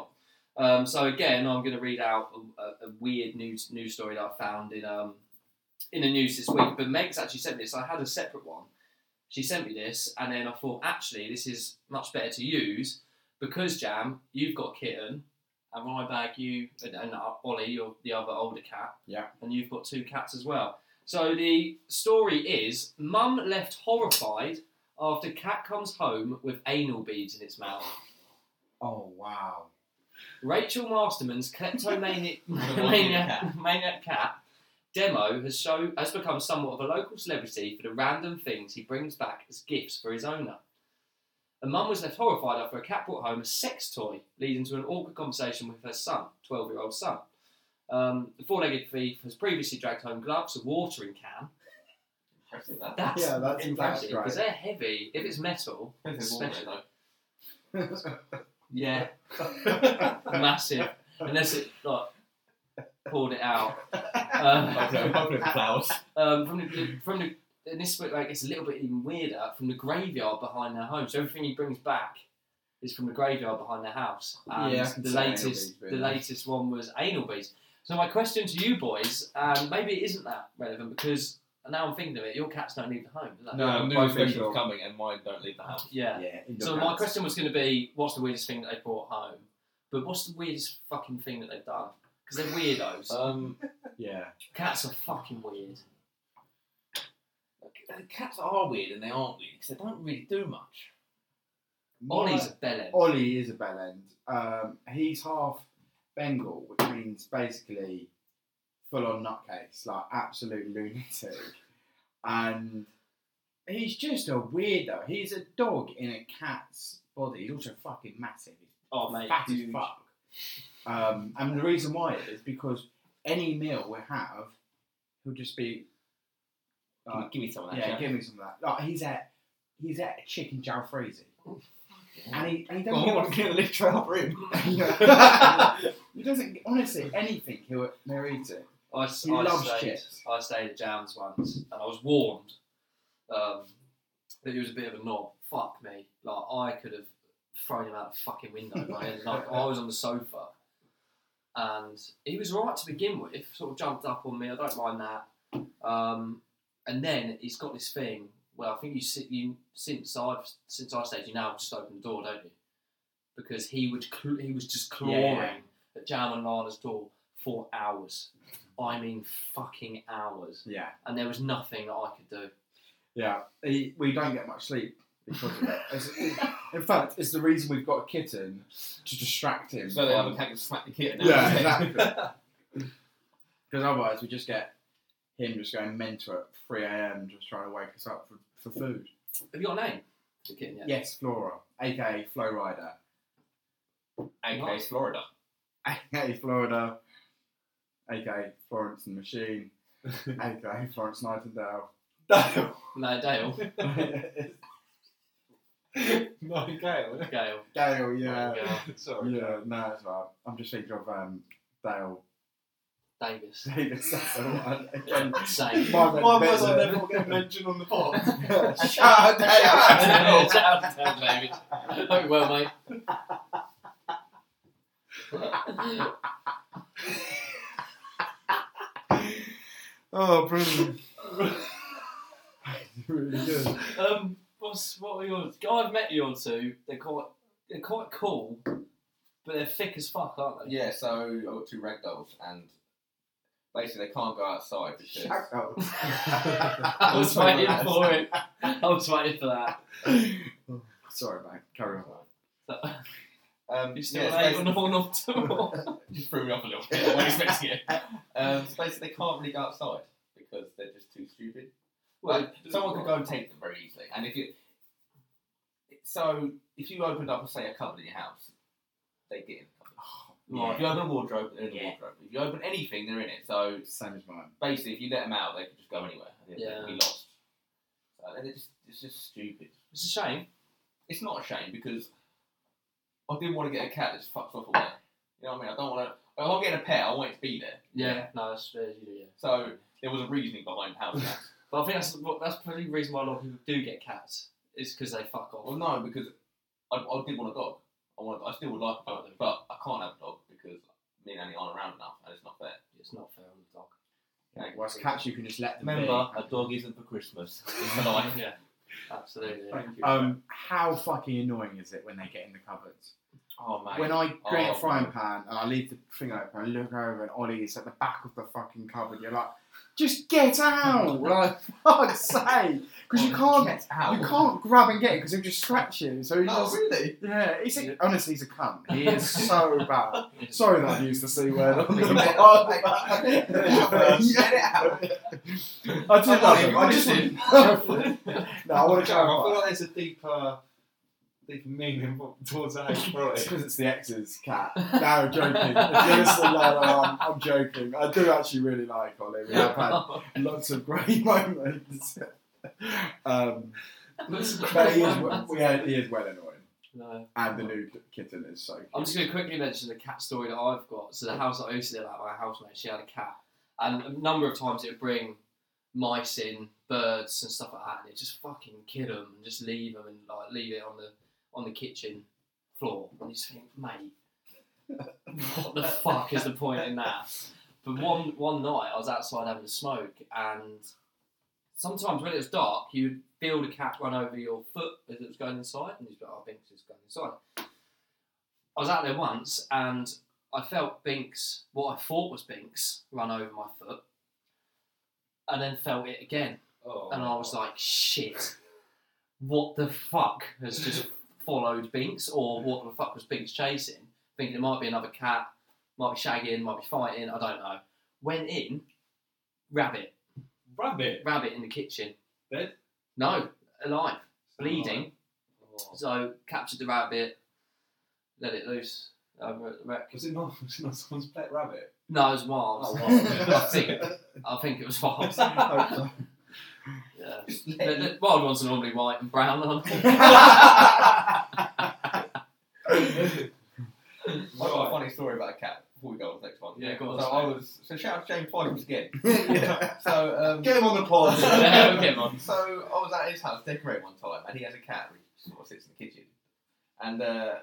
yeah. Um, so again, I'm going to read out a, a, a weird news news story that I found in um, in the news this week. But Meg's actually sent me this. I had a separate one. She sent me this, and then I thought, actually, this is much better to use because Jam, you've got kitten, and Rybag, you and, and uh, Ollie, you're the other older cat. Yeah. And you've got two cats as well. So the story is: Mum left horrified after cat comes home with anal beads in its mouth. Oh wow. Rachel Masterman's kleptomaniac What a maniac maniac, maniac cat demo has show has become somewhat of a local celebrity for the random things he brings back as gifts for his owner. A mum was left horrified after a cat brought home a sex toy, leading to an awkward conversation with her son, twelve-year-old son. Um, the four-legged thief has previously dragged home gloves, a watering can. Impressive, that. That's Yeah, that's- that's impressive great. because they're heavy. If it's metal, Impressive wall Especially- there, yeah, massive. Unless it like poured it out. though. Hopefully, Um, hopefully it flowers. um, from the from the and this bit like it's a little bit even weirder from the graveyard behind their home. So everything he brings back is from the graveyard behind their house. And Yeah, I can the see anal latest beads being the nice. latest one was anal beads. So my question to you boys, um, maybe it isn't that relevant because now I'm thinking of it, your cats don't leave the home, do they? No, Um, new both thing missions though. coming, and mine don't leave the house. Yeah. Yeah. indoor So my cats. question was going to be, what's the weirdest thing that they brought home? But what's the weirdest fucking thing that they've done? Because they're weirdos. Uh, Um, Yeah. Cats are fucking weird. uh, cats are weird, and they aren't weird because they don't really do much. Ollie's a bellend. Ollie is a bell end. Um, he's half Bengal, which means basically full on nutcase, like absolute lunatic. And he's just a weirdo. He's a dog in a cat's body. He's also fucking massive. He's Oh mate, fat huge. as fuck. Um, and the reason why is because any meal we have, he'll just be Give me- like, give me some of that. yeah, Jeff. give me some of that. Like, he's at, he's at a chicken jalfrezi. Oh, And he, and he Well, I doesn't give a want to get a lift trail for him. he doesn't honestly anything. He'll he'll eat it. I, s- He I loves stayed, chips. I stayed at Jams once, and I was warned um, that he was a bit of a knob. Fuck me, like I could have thrown him out the fucking window. Like, like I was on the sofa, and he was all right to begin with. Sort of jumped up on me. I don't mind that. Um, and then he's got this thing where I think you sit you since I've since I stayed, you now just open the door, don't you? Because he would cl- he was just clawing at Jam and Lana's door for hours. I mean, fucking hours. Yeah, And there was nothing that I could do. yeah. He, we don't get much sleep because of it. It's- in fact, it's the reason we've got a kitten to distract him. So the from- other cat can smack the kitten. Yeah, exactly. Because otherwise, we just get him just going mental at three a.m. just trying to wake us up for, for food. Have you got a name? The kitten yet? Yes, Flora, aka Flow Rider, Okay, it's Florida. aka Florida, aka Florence and the Machine, aka Florence Nightingale. No. No, Dale. No, Gale. Gail. Dale, yeah. Gail. Sorry. Yeah, no, it's right. I'm just thinking of um, Dale Davis. Davis. That's the one. Again, Same. my Why bad was I bit. never get mentioned on the pod? Shut up, Dale. Shout out to Dale, David. Hope you're well, mate. oh, brilliant. really good. um, what's, what are yours? Oh, I've met your two. They're quite, they're quite cool, but they're thick as fuck, aren't they? Yeah, so I've got two ragdolls, and basically they can't go outside because Shout out. I was waiting for it. I was waiting for that. Sorry, mate. Carry on. um, You still yeah, late so on all not to all. basically- just threw me off a little bit. I wasn't expecting it. Um, so basically they can't really go outside because they're just too stupid. Well, someone could go and take them very easily. And if you, so if you opened up, say, a cupboard in your house, they get in. the cupboard. Right. If you open a wardrobe, they're in the Yeah. wardrobe. If you open anything, they're in it. So Same as mine. basically, if you let them out, they could just go anywhere. They- They Yeah. could be lost. So and it's, it's just stupid. It's a shame. It's not a shame because I didn't want to get a cat that just fucks off away. You know what I mean? I don't want to. If I'm getting a pet, I want it to be there. Yeah, no, that's fair, you do, yeah. So there was a reasoning behind how that. But I think that's what- that's probably the reason why a lot of people do get cats is because they fuck Well, off. no, because I, I did want a dog. I want. I still would like a dog, but I can't have a dog need any on around enough, and it's not fair. It's not fair on the dog. Okay. Whereas cats, you can just let them be. Remember, a dog isn't for Christmas. It's for life. yeah, absolutely. Thank you. Um, how fucking annoying is it when they get in the cupboards? Oh mate. When I get Oh. a frying pan and I leave the thing open, I look over and Ollie is at the back of the fucking cupboard. You're like, just get out! like, fuck's sake! Because you can't, Oh, Get out. you can't grab and get it because he'll just scratch you. So he oh, just, really? yeah, he's a, Yeah. honestly, he's a cunt. He is so bad. Sorry that I used the c word. on the You made it pod. Get it out. I do I'm love not him. even I just listening. want. no, I want to I feel clarify. like there's a deeper, deeper meaning towards that. It's probably. because it's the ex's cat. No, I'm joking. If you listen, no, no, I'm, I'm joking. I do actually really like Ollie. We have had lots of great moments. um, but he is, yeah, he is well annoying. No. And the new kitten is so I'm cute. just going to quickly mention the cat story that I've got. So the house that I used to live at, my housemate, she had a cat, and a number of times it would bring mice in, birds and stuff like that, and it just fucking kill them and just leave them and like leave it on the on the kitchen floor. And you just think, mate, what the fuck is the point in that? But one one night I was outside having a smoke, and sometimes when it was dark, you'd feel the cat run over your foot as it was going inside, and you'd be like, oh, Binks is going inside. I was out there once and I felt Binks, what I thought was Binks, run over my foot and then felt it again. Oh. And I was like, shit, what the fuck has just followed Binks or what the fuck was Binks chasing? Thinking it might be another cat, might be shagging, might be fighting, I don't know. Went in, rabbit, rabbit. rabbit in the kitchen. Dead? No, alive, bleeding. Oh. So captured the rabbit, let it loose um, over at the wreck. Was it not? Was it not someone's pet rabbit? No, it was wild. Oh, I wild. think I think it was wild. Oh, Yeah. The, the wild ones are normally white and brown. aren't they? I've got a funny story about a cat before we go on to the next one. Yeah, go on, So say. I was so shout out to James Fivers again. Yeah. So um, Get him on the pod. Yeah, we'll get him on. So I was at his house decorating one time, and he has a cat who sort of sits in the kitchen. And uh,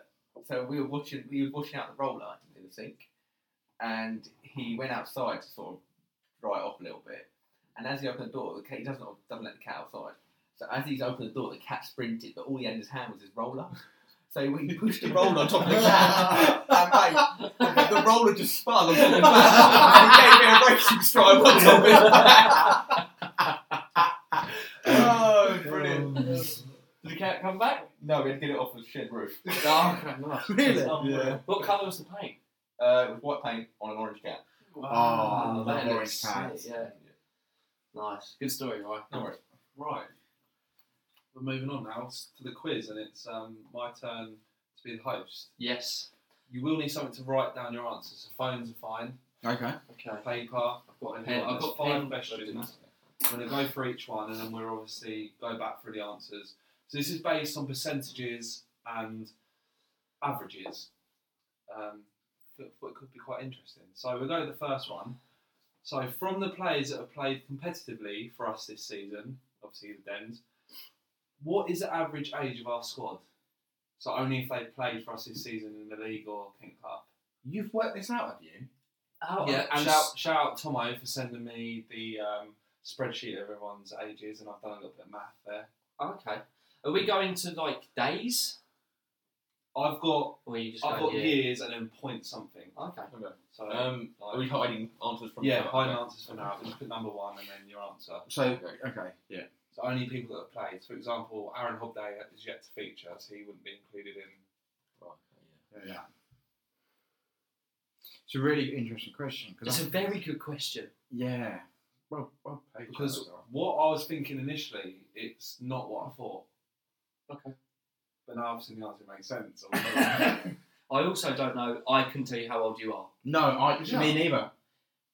so we were watching, we were washing out the roller in the sink, and he went outside to sort of dry it off a little bit. And as he opened the door, the cat he doesn't doesn't let the cat outside. So as he's opened the door, the cat sprinted, but all he had in his hand was his roller. So he pushed the roller on top of the cat, and mate, the, the roller just spun on top of his back, and he gave me a racing stride on top of his back. oh, brilliant. Did the cat come back? No, we had to get it off the shed roof. Oh, No, okay, nice. really? It's unreal. What colour was the paint? Uh, with white paint on an orange cat. Oh, that orange looks sick, cats. Yeah, nice. Good story, right? No worries. Right. We're moving on now to the quiz, and it's um, my turn to be the host. Yes. You will need something to write down your answers. So phones are fine. Okay. Okay. Paper. I've got a pen. I've got five pen. questions. I'm going to go for each one, and then we'll obviously go back through the answers. So this is based on percentages and averages. Um, but but it could be quite interesting. So we'll go to the first one. So from the players that have played competitively for us this season, obviously the Dens, what is the average age of our squad? So only if they played for us this season in the league or Pink Cup. You've worked this out, have you? How Yeah, and Oh, just- shout, shout out Tomo for sending me the um, spreadsheet of everyone's ages, and I've done a little bit of math there. oh, Okay. Are we going to like days, I've got or are you just I've going got year? years and then point something. Okay. So Um, are we hiding answers from yeah, the hide an answers for now. Just put number one and then your answer. So, Okay. okay, yeah. So only people that have played. For example, Aaron Hobday is yet to feature, so he wouldn't be included in. Yeah. It's a really interesting question It's because a very good question. yeah, well, well played, Because Charles. what I was thinking initially, it's not what I thought. Okay. But now I've seen the answer, it makes sense. I also don't know. I couldn't tell you how old you are. no, I Yeah. me neither,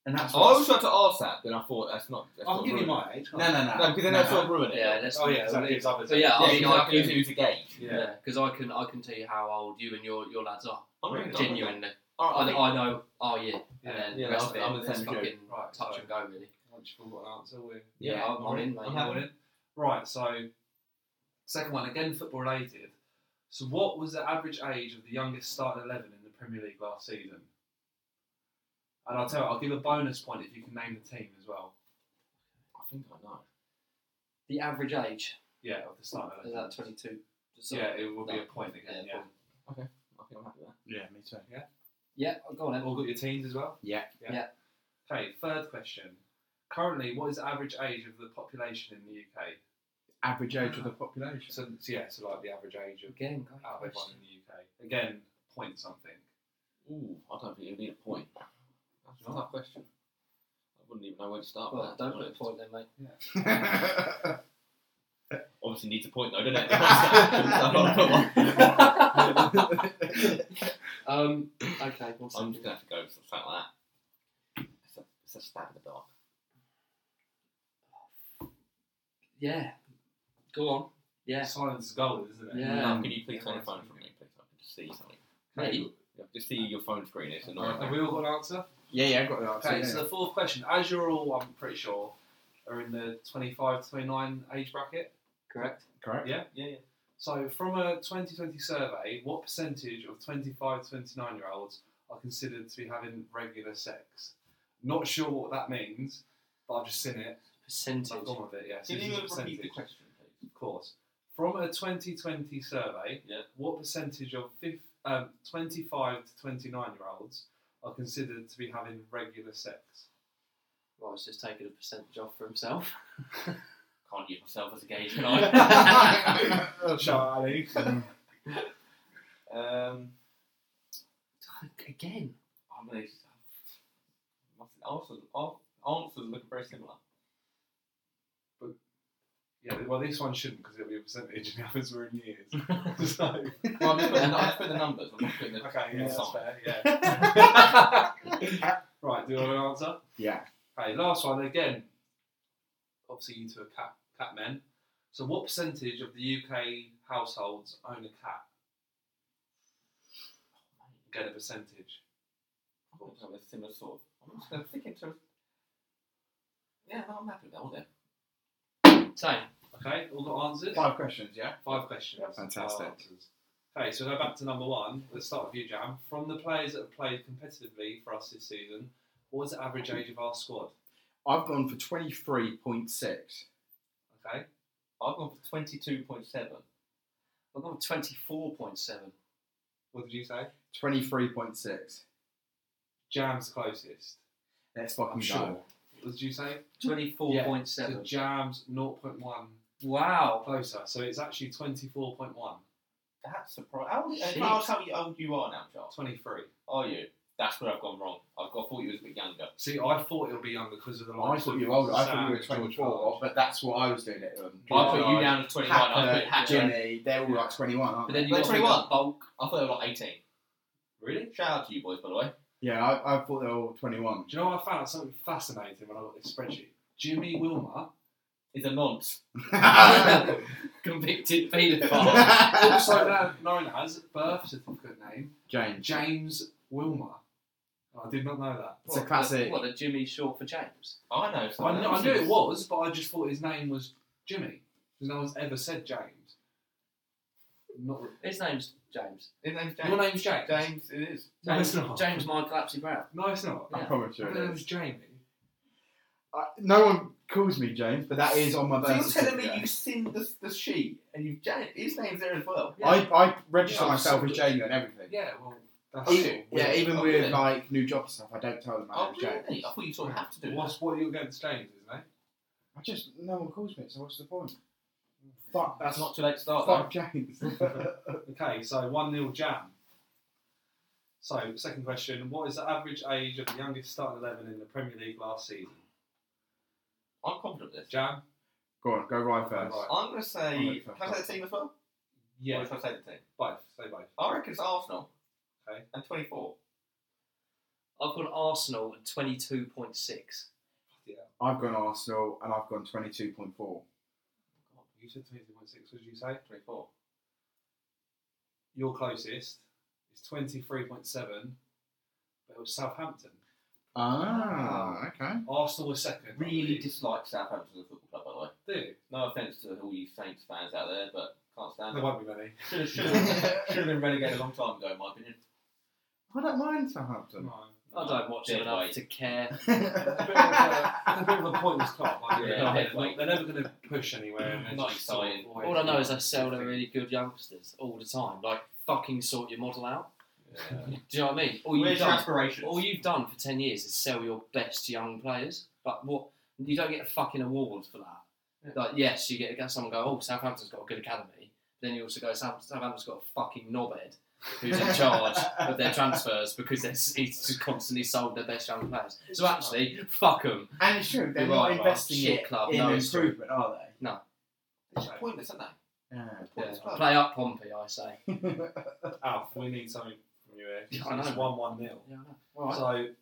and that's I what's- always tried to ask that, then I thought that's not. That's I'll not give you ruin my age. no, no, no, it. No, because then no, that sort no. of ruined it. Yeah. Let's. Oh yeah, so that gives others. So yeah, Yeah, I mean, because I I can use can. it as a gauge. Yeah. Yeah, because I can. I can tell you how old you and your, your lads are. I'm really done with that. Genuinely, All I, right, I I know our year, and Yeah. then Yeah, the rest I'm- of it, I'm the it's same as you. fucking Right, touch so- and go really. Once you've got an answer, we're Yeah, I'm, I'm in, I'm mate. having it. Right, so second one again, football related. So, what was the average age of the youngest starting eleven in the Premier League last season? And I'll tell you, I'll give a bonus point if you can name the team as well. I think I know. The average age Yeah, of the starting is eleven. that 22. So- Yeah, it will be a No. point again. Yeah, Yeah. I think I'm happy with that. Yeah, me too. Yeah, go on then. All got your teams as well. Yeah. Yeah. Okay. Third question. Currently, what is the average age of the population in the UK? Average age of the population. So, so yeah, so like the average age of Again, out of great everyone question. in the UK. Again, point something. Ooh, I don't think you need a point. That's a tough question. I wouldn't even know where to start. Well, with that, don't to put be a honest. point then, mate. Obviously needs a point though, doesn't it? So I'll put one. Um, okay, one I'm second. just gonna have to go with something like that. It's a, it's a stab in the dark. Yeah. Go on. Yeah. Silence is gold, isn't it? Yeah. Now, can you please turn the phone from me, please? I can just see something. Mate. I can just see your phone screen. It's annoying. Have we all got an answer? yeah, yeah, I've got the Okay, answer. so the fourth question. As you're all, I'm pretty sure, are in the 25 to 29 age bracket. Correct. Correct. Yeah? Yeah, yeah. So, from a 2020 survey, what percentage of 25 to 29 year olds are considered to be having regular sex? Not sure what that means, but I've just seen it. Percentage. I've gone with it, yes. Can This is you a repeat the percentage, question, please? of course. From a 2020 survey, Yeah. what percentage of fif- um, 25 to 29 year olds are considered to be having regular sex? Well, it's just taking a percentage off for himself. Can't use myself as a gauge, can I? Oh, Charlie. um, Again. I'm gonna. My answers, our answers look very similar. Yeah, well, this one shouldn't because it'll be a percentage, and the others were in years. so, okay, Well, I'm just putting the, I'm just putting the numbers. I'm not putting the. yeah, that's Song. fair, yeah. right, do you want an answer? yeah. Okay, last one again. Obviously, you two are cat, cat men. So, what percentage of the UK households own a cat? Again, a percentage. I thought it was a similar sort. of- I'm just gonna stick it to. Yeah, no, I'm happy with that one then. Same. Okay, all got answers? Five questions, yeah? Five questions. Fantastic. Five answers. Okay, so go back to number one. Let's start with you, Jam. From the players that have played competitively for us this season, what was the average age of our squad? I've gone for 23.6. Okay, I've gone for twenty-two point seven. I've gone 24.7. what did you say? 23.6. Jam's closest. Let's fucking I'm go. sure. What did you say? 24.7. So Jam's 0.1 Wow. closer, so it's actually 24.1. That's surprising. How old, Shit. can I ask how old you are now, Charles? 23. Are you? That's where I've gone wrong. I've got, I thought you was a bit younger. See, I thought it would be younger because of the I likes thought of you were older. I thought Sam, you were George 24, George. but that's what I was doing it on. I put you George, down as 21. I put Hacker, Hatcher. Jimmy, they're all like 21, aren't But they? then you got 21. the bulk. I thought they were like 18. Really? Shout out to you boys, by the way. Yeah, I, I thought they were all 21. Do you know what I found something fascinating when I got this spreadsheet? Jimmy Wilmer It's a nonce. Convicted paedophile. also now known as birth certificate name James. James Wilmer. I did not know that. It's a classic. What, a Jimmy short for James? I know. I, kn- I someone knew else. it was, but I just thought his name was Jimmy because no one's ever said James. Not re- His name's James. His name's your James. name's James. James, it is. No, it's James, not. James Michael Apsley Brown. No, it's not. I promise you My it name is. was Jamie. I, no one calls me James, but that is on my So birth you're telling me certificate. you've seen the, the sheet and you've James, his name's there as well. Yeah. I, I register Oh, Yeah, myself as absolutely. Jamie and everything. Yeah, well, that's Even, sort of yeah, weird. even Oh, with really? like new job stuff, I don't tell them my Oh, name's James. really? I thought you sort of have to do that. What's what you're against James, isn't it? I just no one calls me, so what's the point? Fuck, That's not too late to start, fuck James. Okay, so one 0 jam. So second question: What is the average age of the youngest starting eleven in the Premier League last season? though. I'm confident of this. Jam. Go on, go right first. Right. I'm going to say. I'm gonna Can I say the team as well? Yeah, Or should I say the team? both. Say both. I reckon it's Arsenal. Okay. And 24. I've got Arsenal at 22.6. I've gone Arsenal and I've gone twenty two point four. You said twenty-two point six. What did you say? 24. Your closest is twenty-three point seven, but it was Southampton. Ah, okay. Arsenal was second. I Really believe. dislike Southampton as a football club, by the way. do. you? No offence to all you Saints fans out there, but can't stand There it. won't be many. Should have, should, have, should have been relegated a long time ago, in my opinion. I don't mind Southampton. No, I don't watch it Dead enough weight. to care. a bit of a pointless club. I get it. Yeah. They're not- they're never going to push anywhere. and they're Not just sort of exciting. always- All I know is they sell their really good youngsters all the time. Like, fucking sort your model out. Do you know what I mean? All you've Where's your done, aspirations? all you've done for ten years is sell your best young players. But what you don't get a fucking award for that. Like, yes, you get, get someone go, oh, Southampton's got a good academy. Then you also go, "South- Southampton's got a fucking knobhead who's in charge of their transfers because they're, s- he's just constantly sold their best young players. So actually, fuck them. And it's true, they're You're not right, Mark. investing Shit it club, in no, it's true. improvement, are It's pointless, isn't it? they? Yeah. Pointless club. Play up, Pompey, I say. Alf, we need something from you here. Yeah, I It's know. one one nil. Yeah, I know. Right. So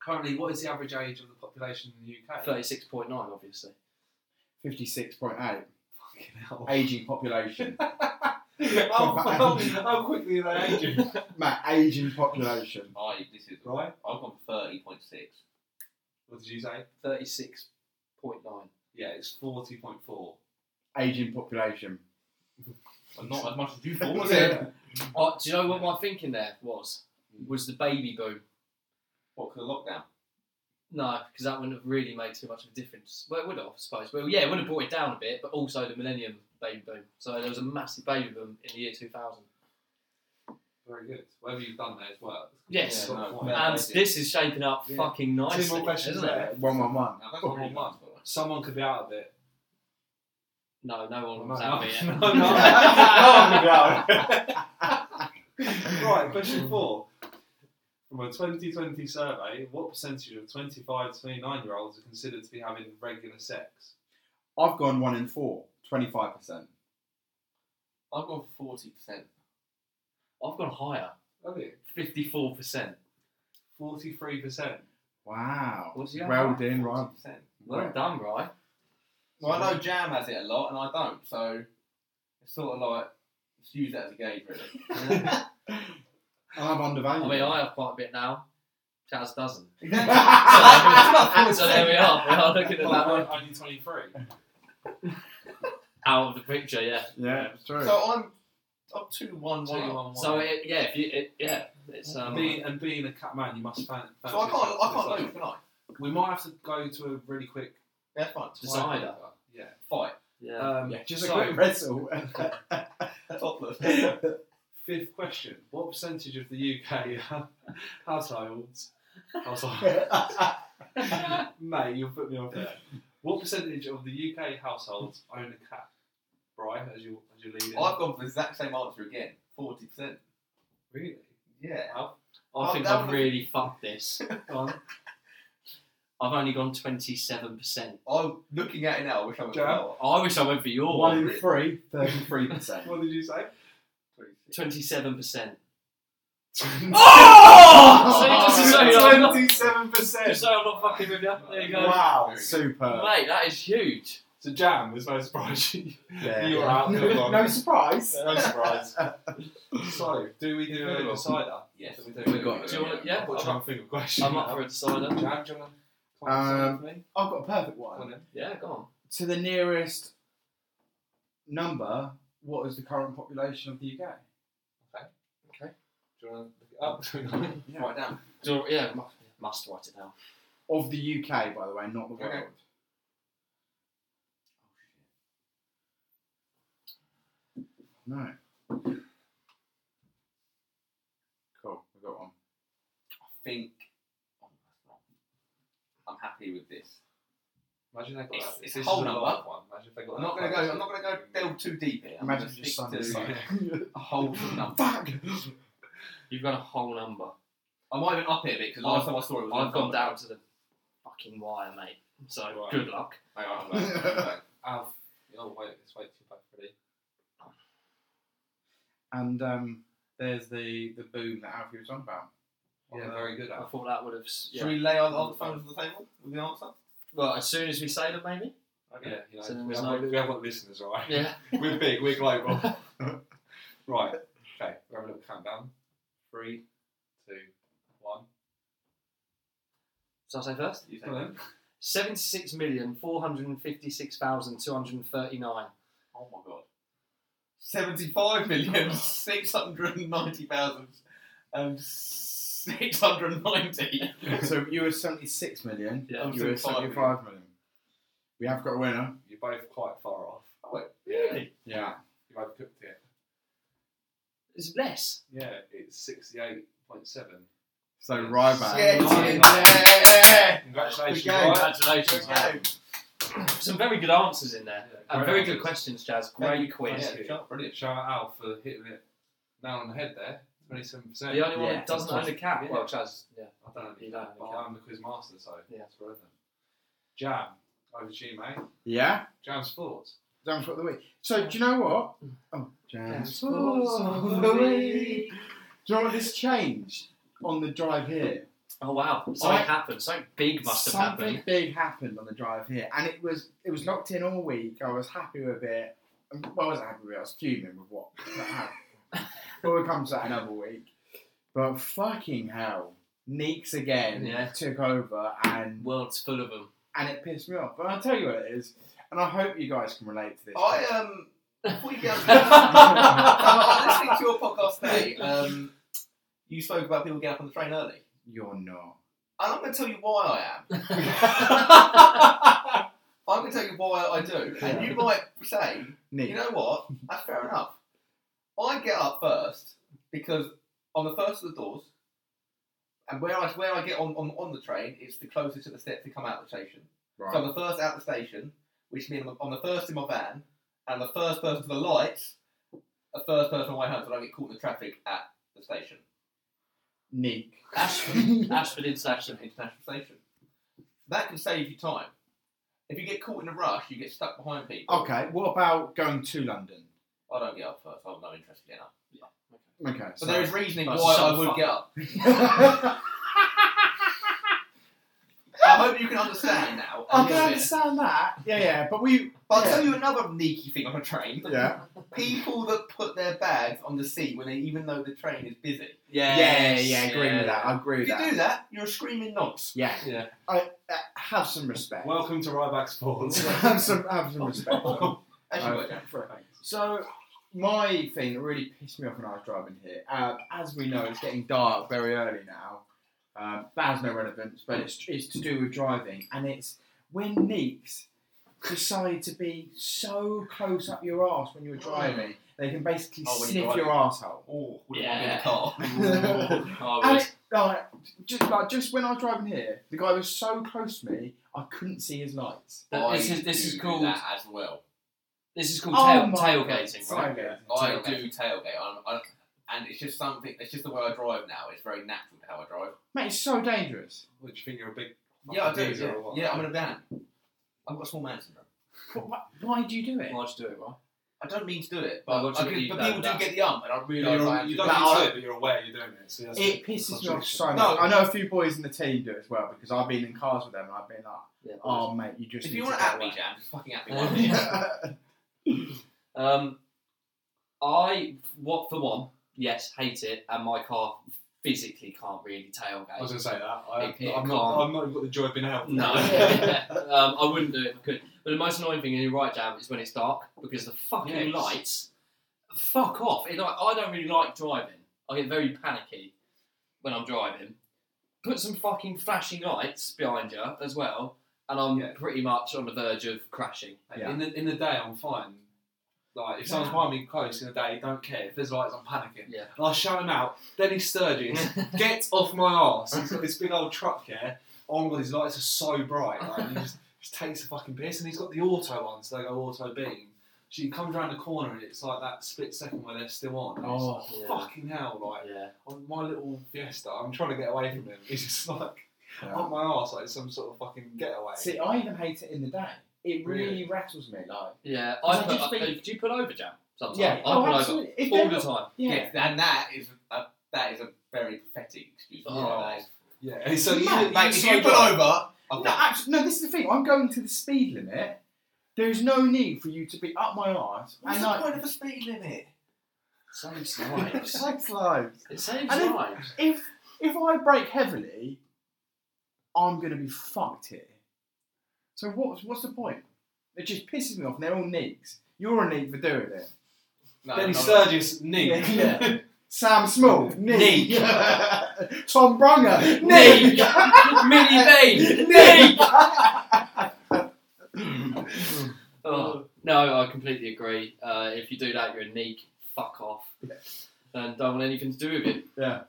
currently, what is the average age of the population in the UK? 36.9, obviously. 56.8. Fucking hell. Aging population. how, how- how quickly are they aging? Matt, aging population. I, this is, I've Right? gone 30.6. What did you say? 36.9. Yeah, it's forty point four. Aging population. So not as much as you thought. What was Yeah. it? Oh, do you know what my thinking there was? Mm. Was the baby boom. What, for the lockdown? No, because that wouldn't have really made too much of a difference. Well, it would have, I suppose. Well, yeah, it would have brought it down a bit, but also the millennium baby boom. So there was a massive baby boom in the year 2000. Very good. Whatever you've done there has worked. Yes. uh, Yeah, no, point. no. and amazing. this is shaping up Yeah. fucking nicely. Two more questions isn't it? there. One one one. Now, that's not really much, but Someone could be out of it. No, no one was No. out of it. No, no. Right, question four. From a 2020 survey, what percentage of 25 to 29 year olds are considered to be having regular sex? I've gone one in four. 25%. I've gone 40%. I've gone higher. Oh, Have you? 54%. 43%. Wow. What's the well other done, Ryan. 40%. Well Well- done, right? Well, I know Jam has it a lot, and I don't, so it's sort of like just use that as a gauge, really. I'm I undervalued. mean, I have quite a bit now. Chaz doesn't. Exactly. so there we are. We are looking at that Well, one. only 23. Out of the picture, yeah. Yeah, it's true. so I'm up two one Two, one. one, one. So, it, yeah, if you, it, yeah, it's. Um, Being- and being a cat man, you must fan. fancy So I can't, yourself. I can't It's lose, can I? like- We might have to go to a really quick. That's fine. Designer. Yeah. Fight. yeah. Um, Yeah, just a so, quick wrestle. Topless. Fifth question: What percentage of the UK households? Households. Uh, Mate, you'll put me off there. What percentage of the UK households own a cat? Brian, as you as you lead in. I've gone for the exact same answer again. Forty percent. Really? Yeah. I Oh, think that I've was- really fucked this. Go on. I've only gone 27%. I'm looking at it now. I wish I was Jam? lower. I wish I went for your one one. in three, 33%. What did you say? 27%. Oh! See, just to say I'm not- 27%. Just so I'm not fucking with you. There you go. Wow, Very good. super. Mate, that is huge. so Jam was no surprise. Yeah. You are out there, no, Ron. no surprise. no surprise. so, do we do a decider? Yes. we do. We've got Do you want Yeah. yeah? What trying to think of a question? I'm up for a decider. Jam, do you want to come Um, with me? I've got a perfect Come on one. then. Yeah, go on. To the nearest number, what is the current population of the UK? Do you want to look it up? Yeah. Right down. Do you, yeah, mu- must write it down. Of the UK, by the way, not the Okay. world. Oh, No. Cool, we got one. I think. Oh, that's wrong. I'm happy with this. Imagine they got It's- that. it's this a whole is number. live One. Imagine if they got I'm not that gonna go. close. I'm not gonna go delve too deep here. I'm Imagine gonna just stick something to like, a whole number. fuck! You've got a whole number. I might even up it a bit because last time I saw it was. I've gone down to the fucking wire, mate. So Right. good luck. Hang on, hang on, hang on. Alf, oh wait, it's way too bad for And um, there's the, the boom that Alfie was on about. Yeah, very good. I Alf. thought that would have. s- Should Yeah. we lay our our phones on the table with the answer? Well, as soon as we say that, maybe. Yeah, you know, So then we, there's have, no- we have got listeners, all right? Yeah. we're big, we're global. right, okay, we'll have a little countdown. Three, two, one. Shall I say first? You Come on then. 76,456,239. Oh my god. Seventy-five million um, six hundred and ninety thousand and s- 690. so you were 76 million. Yeah, you were 75 75 million. We have got a winner. You're both quite far off. Really? Yeah. You both cooked it. It's less. Yeah, it's sixty-eight point seven. So Ryback. Yes, yeah. Congratulations, Good game. right? Congratulations, man. Some very good answers in there. Yeah, and great very answers. good questions, Jazz. Thank Great you. quiz. Thank you. Brilliant. Shout out Al for hitting it nail on the head there. Twenty-seven percent. The only one Yeah, that doesn't own a cap. yeah. Well, Chaz, yeah. I don't know if You you don't know, have a but cap. I'm the quiz master, so Yeah. that's right then. Jam, over to you, mate. Yeah. Jam's thoughts. Jam's Foot of the Week. So do you know what? Oh, Jam's of the Week. Do you know what this changed on the drive here? Oh, wow. Something I- happened. Something big must have Something happened. big happened on the drive here, and it was it was locked in all week. I was happy with it. Um, Well, I wasn't happy with it. I was fuming with what. but we'll come to that another week. But fucking hell, Neeks again Yeah. took over, and World's full of them. and it pissed me off. But I'll tell you what it is, and I hope you guys can relate to this. Oh, I um, before you get on- I was listening to your podcast today. Um, you spoke about people getting up on the train early, You're not. and I'm going to tell you why I am. I'm going to tell you why I do, and you might say, Neat. you know what? That's fair enough. I get up first because I'm the first of the doors, and where I where I get on, on, on the train is the closest to the step to come out of the station. right. So I'm the first out the station, which means I'm, I'm the first in my van, and the first person to the lights, the first person on my way home, so I don't get caught in the traffic at the station. Neek. Ashford. Ashford International. International station. That can save you time. If you get caught in a rush, you get stuck behind people. Okay, what about going to London? I don't get up first. I've no interest in getting up. Okay, So so there is reasoning Oh, why shut I the would fuck get up. I I hope you can understand now. a can little bit. understand that. Yeah, yeah, but we. But I'll tell you another sneaky thing on a train. Yeah. People that put their bags on the seat when they even know the train is busy. Yeah, yeah, yeah, agree with that. I agree If with you that. do that, you're a screaming nonce. Yeah. Yeah. I, uh, have some respect. Welcome to Ryback Sports. have some, have some respect. As you Uh, were, Jack. So, my thing that really pissed me off when I was driving here, uh, as we know, it's getting dark very early now. Um, that has no relevance, but it's, it's to do with driving. And it's when Neeks decide to be so close up your ass when you're driving, they can basically Oh, when you're sniff your asshole. Oh, wouldn't Yeah. want me in the car. Oh, I And was- it, like, just, like, just when I was driving here, the guy was so close to me, I couldn't see his lights. But this I is- this is do called- that as well. This is called Oh tail, my tailgating, right? God. Tailgating. I Tailgate. do tailgate, I'm, I, and it's just something. It's just the way I drive now. It's very natural to how I drive. Mate, it's so dangerous. What do you think? You're a big. Yeah, I fucking do. geezer Yeah, or what? yeah I'm in a van. I've got small man syndrome. But why, why do you do it? Why do you do it, right? I don't mean to do it, Oh, but, what I you could- mean, but that- people do that's- get the um, and I You're, realise I you're, am you doing don't it. need to do I- it, but you're aware you're doing it. So that's It pisses me off so much. No. I know a few boys in the team do it as well because I've been in cars with them and I've been like, Yeah, oh mate, you just. If need you to want to get at me, away." Jam, just fucking at me. Yeah. why not? Um, I what for one, yes, hate it, and my car physically can't really I was tailgate. going to say that. I, It- it I'm, can't. not, I'm not even got the joy of being out. No, um, I wouldn't do it if I could. But the most annoying thing, and you're right, Jam, is when it's dark because the fucking Yes. lights, fuck off. It, like, I don't really like driving. I get very panicky when I'm driving. Put some fucking flashing lights behind you as well, and I'm Yeah. pretty much on the verge of crashing. Yeah. In, the, in the day, I'm fine. Like, if someone's behind me close in the day, don't care. If there's lights, I'm panicking. Yeah. And I shout him out, Denny Sturgis, get off my arse. He's got this big old truck, yeah. Oh my god, his lights are so bright. Like, and he just, just takes a fucking piss. And he's got the auto on, so they go auto beam. So you come around the corner and it's like that split second where they're still on. and it's Oh. like, fucking hell, like, Yeah. on my little fiesta, I'm trying to get away from him. He's just like, Yeah. up my arse, like some sort of fucking getaway. See, I even hate it in the day. It really, Really? rattles me. Like, Yeah, I I just put, think- uh, do you put over jam sometimes? yeah, I oh, put absolutely. If over all they're the not- time. Yeah. Yes, and that is a, that is a very pathetic excuse. for Oh. driving. Yeah, and so you, Man, you Mate, if slow you pull down. over, No, I've got actually, no. This is the thing. I'm going to the speed limit. There is no need for you to be up my arse. What's and the like, point of a speed limit? Saves lives. Thanks, lives. it saves I don't- lives. If if I brake heavily, I'm gonna be fucked here. So what's what's the point? It just pisses me off. and They're all neeks. You're a neek for doing it. No, Denny no, no. Sturgis, Nick. Yeah. Sam Small, knee. Knee. Tom Brunger, knee. Knee. Mini Bane. knee. Oh, no, I completely agree. Uh, if you do that, you're a neek. Fuck off. And don't want anything to do with you.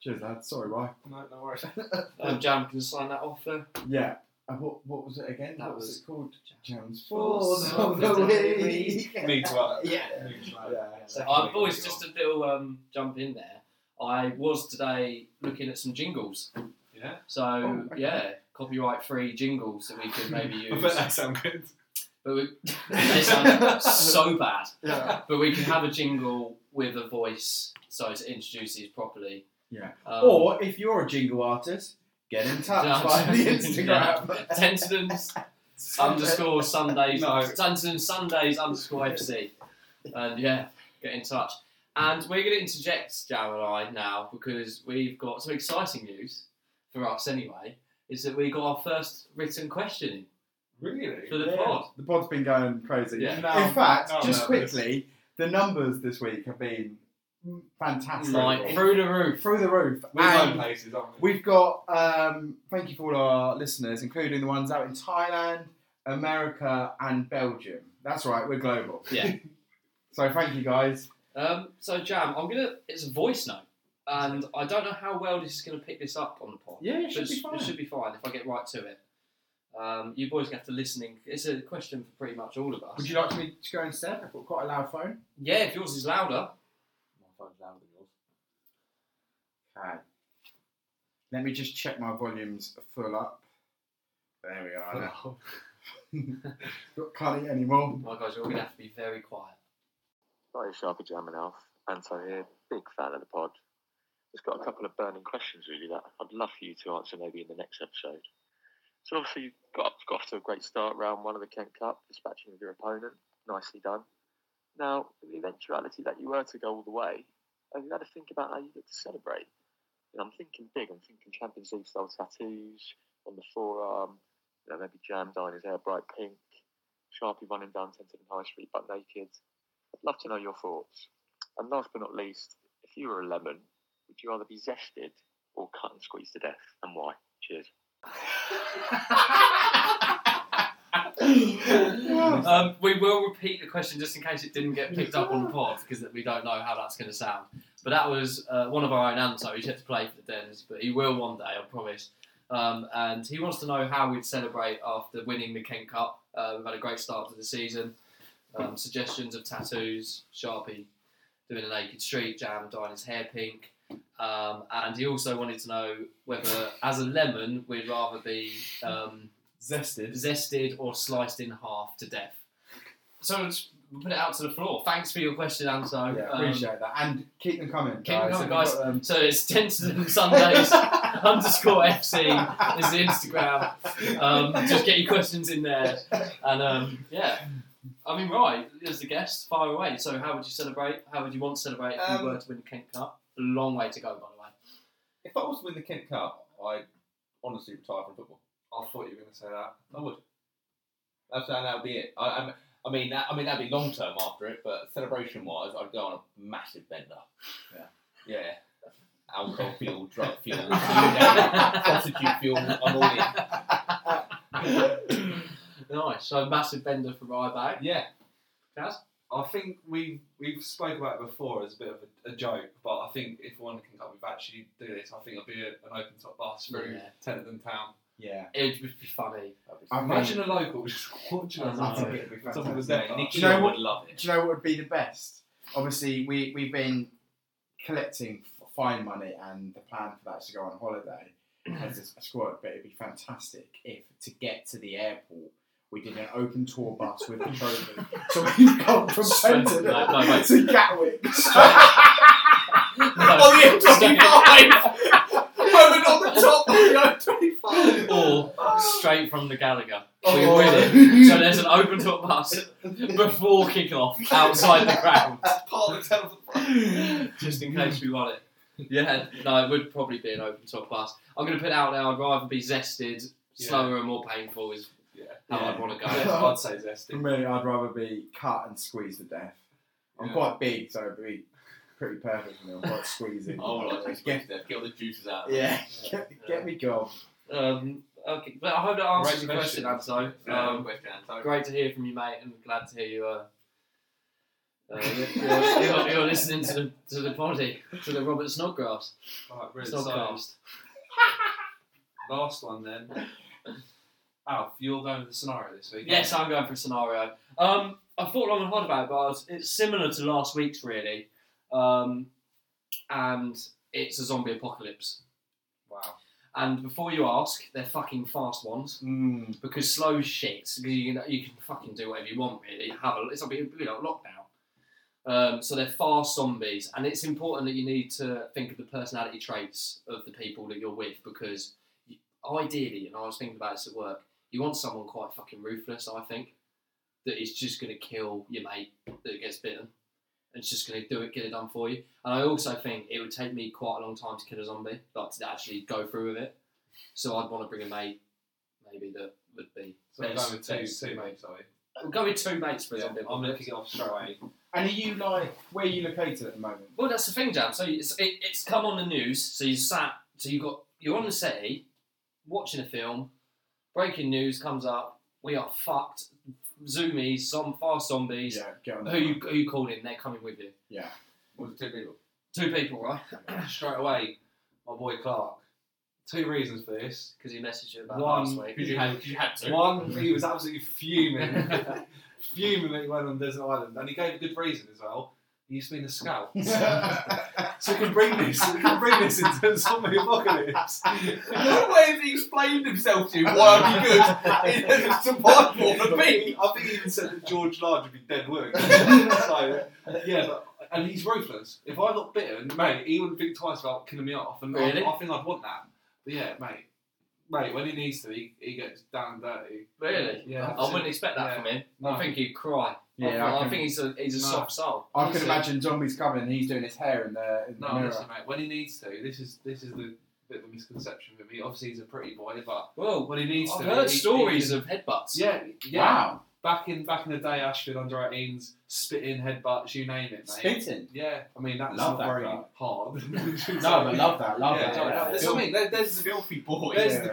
Cheers, lad. Sorry, why? No, no worries. Um, Jam can sign that off there. Yeah. Uh, what, what was it again? That what was, was- it called? Jones Force Force of of the the Week. Need to add. Yeah. Need to add. Yeah. So Second I've week always we've just a little um, jump in there. I was today looking at some jingles. Yeah. So Oh, okay. yeah, copyright free jingles that we could maybe I use. bet that sound good. but we, they sound so bad. Yeah. But we could have a jingle with a voice so to introduce these properly. Yeah. Um, Or if you're a jingle artist, get in touch Yeah. via the Instagram. Tenson's underscore Sundays. No. Tenson's Sundays underscore FC. And yeah, get in touch. And we're going to interject, Jam and I, now because we've got some exciting news for us anyway. Is that we got our first written question in Really? for the Yeah. pod? The pod's been going crazy. Yeah. No, in fact, no, just no, quickly, the numbers this week have been fantastic. Like through the roof. Through the roof. We're and going places, aren't we? We've got um, thank you for all our listeners, including the ones out in Thailand, America, and Belgium. That's right, we're global. Yeah. so thank you guys. Um, so Jam, I'm gonna. It's a voice note, and I don't know how well this is gonna pick this up on the pod. Yeah, But it's- It should be fine if I get right to it. Um, you boys have to listening. It's a question for pretty much all of us. Would you like me to go instead? I've got quite a loud phone. Yeah, if yours is louder. My phone's louder than yours. Okay. Let me just check my volumes full up. There we are. now. Got- Can't eat anymore. My guys, you're all gonna have to be very quiet. Hi, Sharpie Jam and Alf. Anto here, big fan of the pod. Just got a couple of burning questions really that I'd love for you to answer maybe in the next episode. So obviously you got, got off to a great start round one of the Kent Cup, dispatching of your opponent. Nicely done. Now, in the eventuality that you were to go all the way, have you had to think about how you look to celebrate? You know, I'm thinking big, I'm thinking Champions League style tattoos on the forearm, you know, maybe Jam dyeing his hair bright pink, Sharpie running down Tenton High Street but naked. I'd love to know your thoughts. And last but not least, if you were a lemon, would you rather be zested or cut and squeezed to death, and why? Cheers. Um, we will repeat the question just in case it didn't get picked up on the pod because we don't know how that's going to sound. But that was uh, one of our own Anto. He's yet to play for the Dens, but he will one day, I promise. Um, and he wants to know how we'd celebrate after winning the Kent Cup. Uh, we've had a great start to the season. Um, suggestions of tattoos, Sharpie doing a naked street jam, dyeing his hair pink. Um, and he also wanted to know whether, as a lemon, we'd rather be. Um, Zested. zested or sliced in half to death. So let's put it out to the floor. Thanks for your question, Anto. Yeah, Um, appreciate that. And keep them coming. keep them guys. coming, We've got, guys. um, so it's Tenson Sundays underscore FC is the Instagram. Um, just get your questions in there. And um, yeah, I mean, right, as the guest, far away. So how would you celebrate? How would you want to celebrate if Um, you were to win the Kent Cup? A long way to go, by the way. If I was to win the Kent Cup, I'd honestly retire from football. I thought you were going to say that. I would. That's that. That would be it. I, I, I mean, that, I mean, that'd be long term after it, but celebration wise, I'd go on a massive bender. Yeah. Yeah. Alcohol fuel, drug fuel, prostitute fuel. I'm all in. Nice. So massive bender for Ryback. Yeah. Chaz? I think we we've spoke about it before as a bit of a, a joke, but I think if one can come with actually do this, I think it'll be a, an open top bus through Yeah. Tenetham Town. yeah. It would be funny. I mean, Imagine a local just watching us. I I on know. think TV. it'd be Top of fantastic. the step. Yeah, Nicky Do you know would love it. Do you know what would be the best? Obviously, we, we've been collecting f- fine money, and the plan for that is to go on holiday as a s- a squad. But it'd be fantastic if to get to the airport, we did an open tour bus with the trophy. so we've come from Straight- Benton no, no, mate. to Gatwick. Oh, No, straight- Moment on the top of the M25. or straight from the Gallagher. We Oh. win it. So there's an open top bus before kick-off outside the ground, Part of the Tenetham just in case we want it. Yeah, no, it would probably be an open top bus. I'm going to put it out there. I'd rather be zested, Yeah. slower and more painful is Yeah. how Yeah. I'd want to go. Yeah, I'd say For zesty. me, I'd rather be cut and squeezed to death. I'm Yeah. quite big, so it'd be pretty perfect for me. I'm quite squeezing. Oh, well, I just get there, get all the juices out. Yeah, get, get me gone. Um, okay, but I hope that answers Great your question, Anto. Um, Um, question, Anto. great to hear from you, mate, and glad to hear you. Uh, uh, you're, you're, you're listening to the to the body to the Robert Snodgrass Right, really, so Snodgrass. last one then. Alf, you're going with the scenario this week. Yes, I'm going for a scenario. Um, I thought long and hard about it, but I was, it's similar to last week's really, um, and it's a zombie apocalypse. Wow. And before you ask, they're fucking fast ones. Mm. because slow shit. Because you can you can fucking do whatever you want really. Have a it's like you know lockdown. Um, so they're fast zombies, and it's important that you need to think of the personality traits of the people that you're with because you, ideally, and I was thinking about this at work, you want someone quite fucking ruthless. I think that is just going to kill your mate that gets bitten. and It's just going to do it, get it done for you. And I also think it would take me quite a long time to kill a zombie, like to actually go through with it. So I'd want to bring a mate, maybe that would be. So I'm best- going with two, best. two mates, are we? We'll go with two mates for a Yeah, zombie. I'm apocalypse. looking it off straight away. And are you like where are you located at the moment? Well, that's the thing, Dan. So it's, it, it's come on the news. So you sat, so you got you're on the settee, watching a film. Breaking news comes up. We are fucked. Zoomies, some fast zombies. Yeah, get on. Who you who you called in? They're coming with you. Yeah. With two people. Two people, right? straight away, my boy Clark. Two reasons for this. Because he messaged you about One, last week. because you had- you had One, he was absolutely fuming, fuming that he went on desert island, and he gave a good reason as well. He used to be in the scout, so he can bring this, he can bring this into the zombie apocalypse. What way has he explained himself to you? Why I'm good in survival for me? I think he even said that George Large would be dead work. so, yeah, but, and he's ruthless. If I got bitten, mate, he wouldn't think twice about killing me off, and I- Really? I, think I'd want that. But yeah, mate, mate, when he needs to, he, he gets down and dirty. Really? Yeah, I wouldn't expect that Yeah. from him. No. I think he'd cry. I think- Yeah, I, I, think can, he's a he's a No. soft soul. I can honestly- imagine zombies coming and he's doing his hair in the, in the No, mirror. listen, mate. When he needs to, this is this is the bit of a misconception with me. Obviously, he's a pretty boy, but Well, when he needs I've to, heard he- he stories can- of headbutts. yeah, yeah. Wow, Back in back in the day, Ashford under 18s, spitting headbutts, you name it, mate. spitting. Yeah, I mean that's not Love that very guy. hard. No, but love that, love yeah, that. no, yeah. no, that's what I mean. There, there's filthy boy. there's yeah. the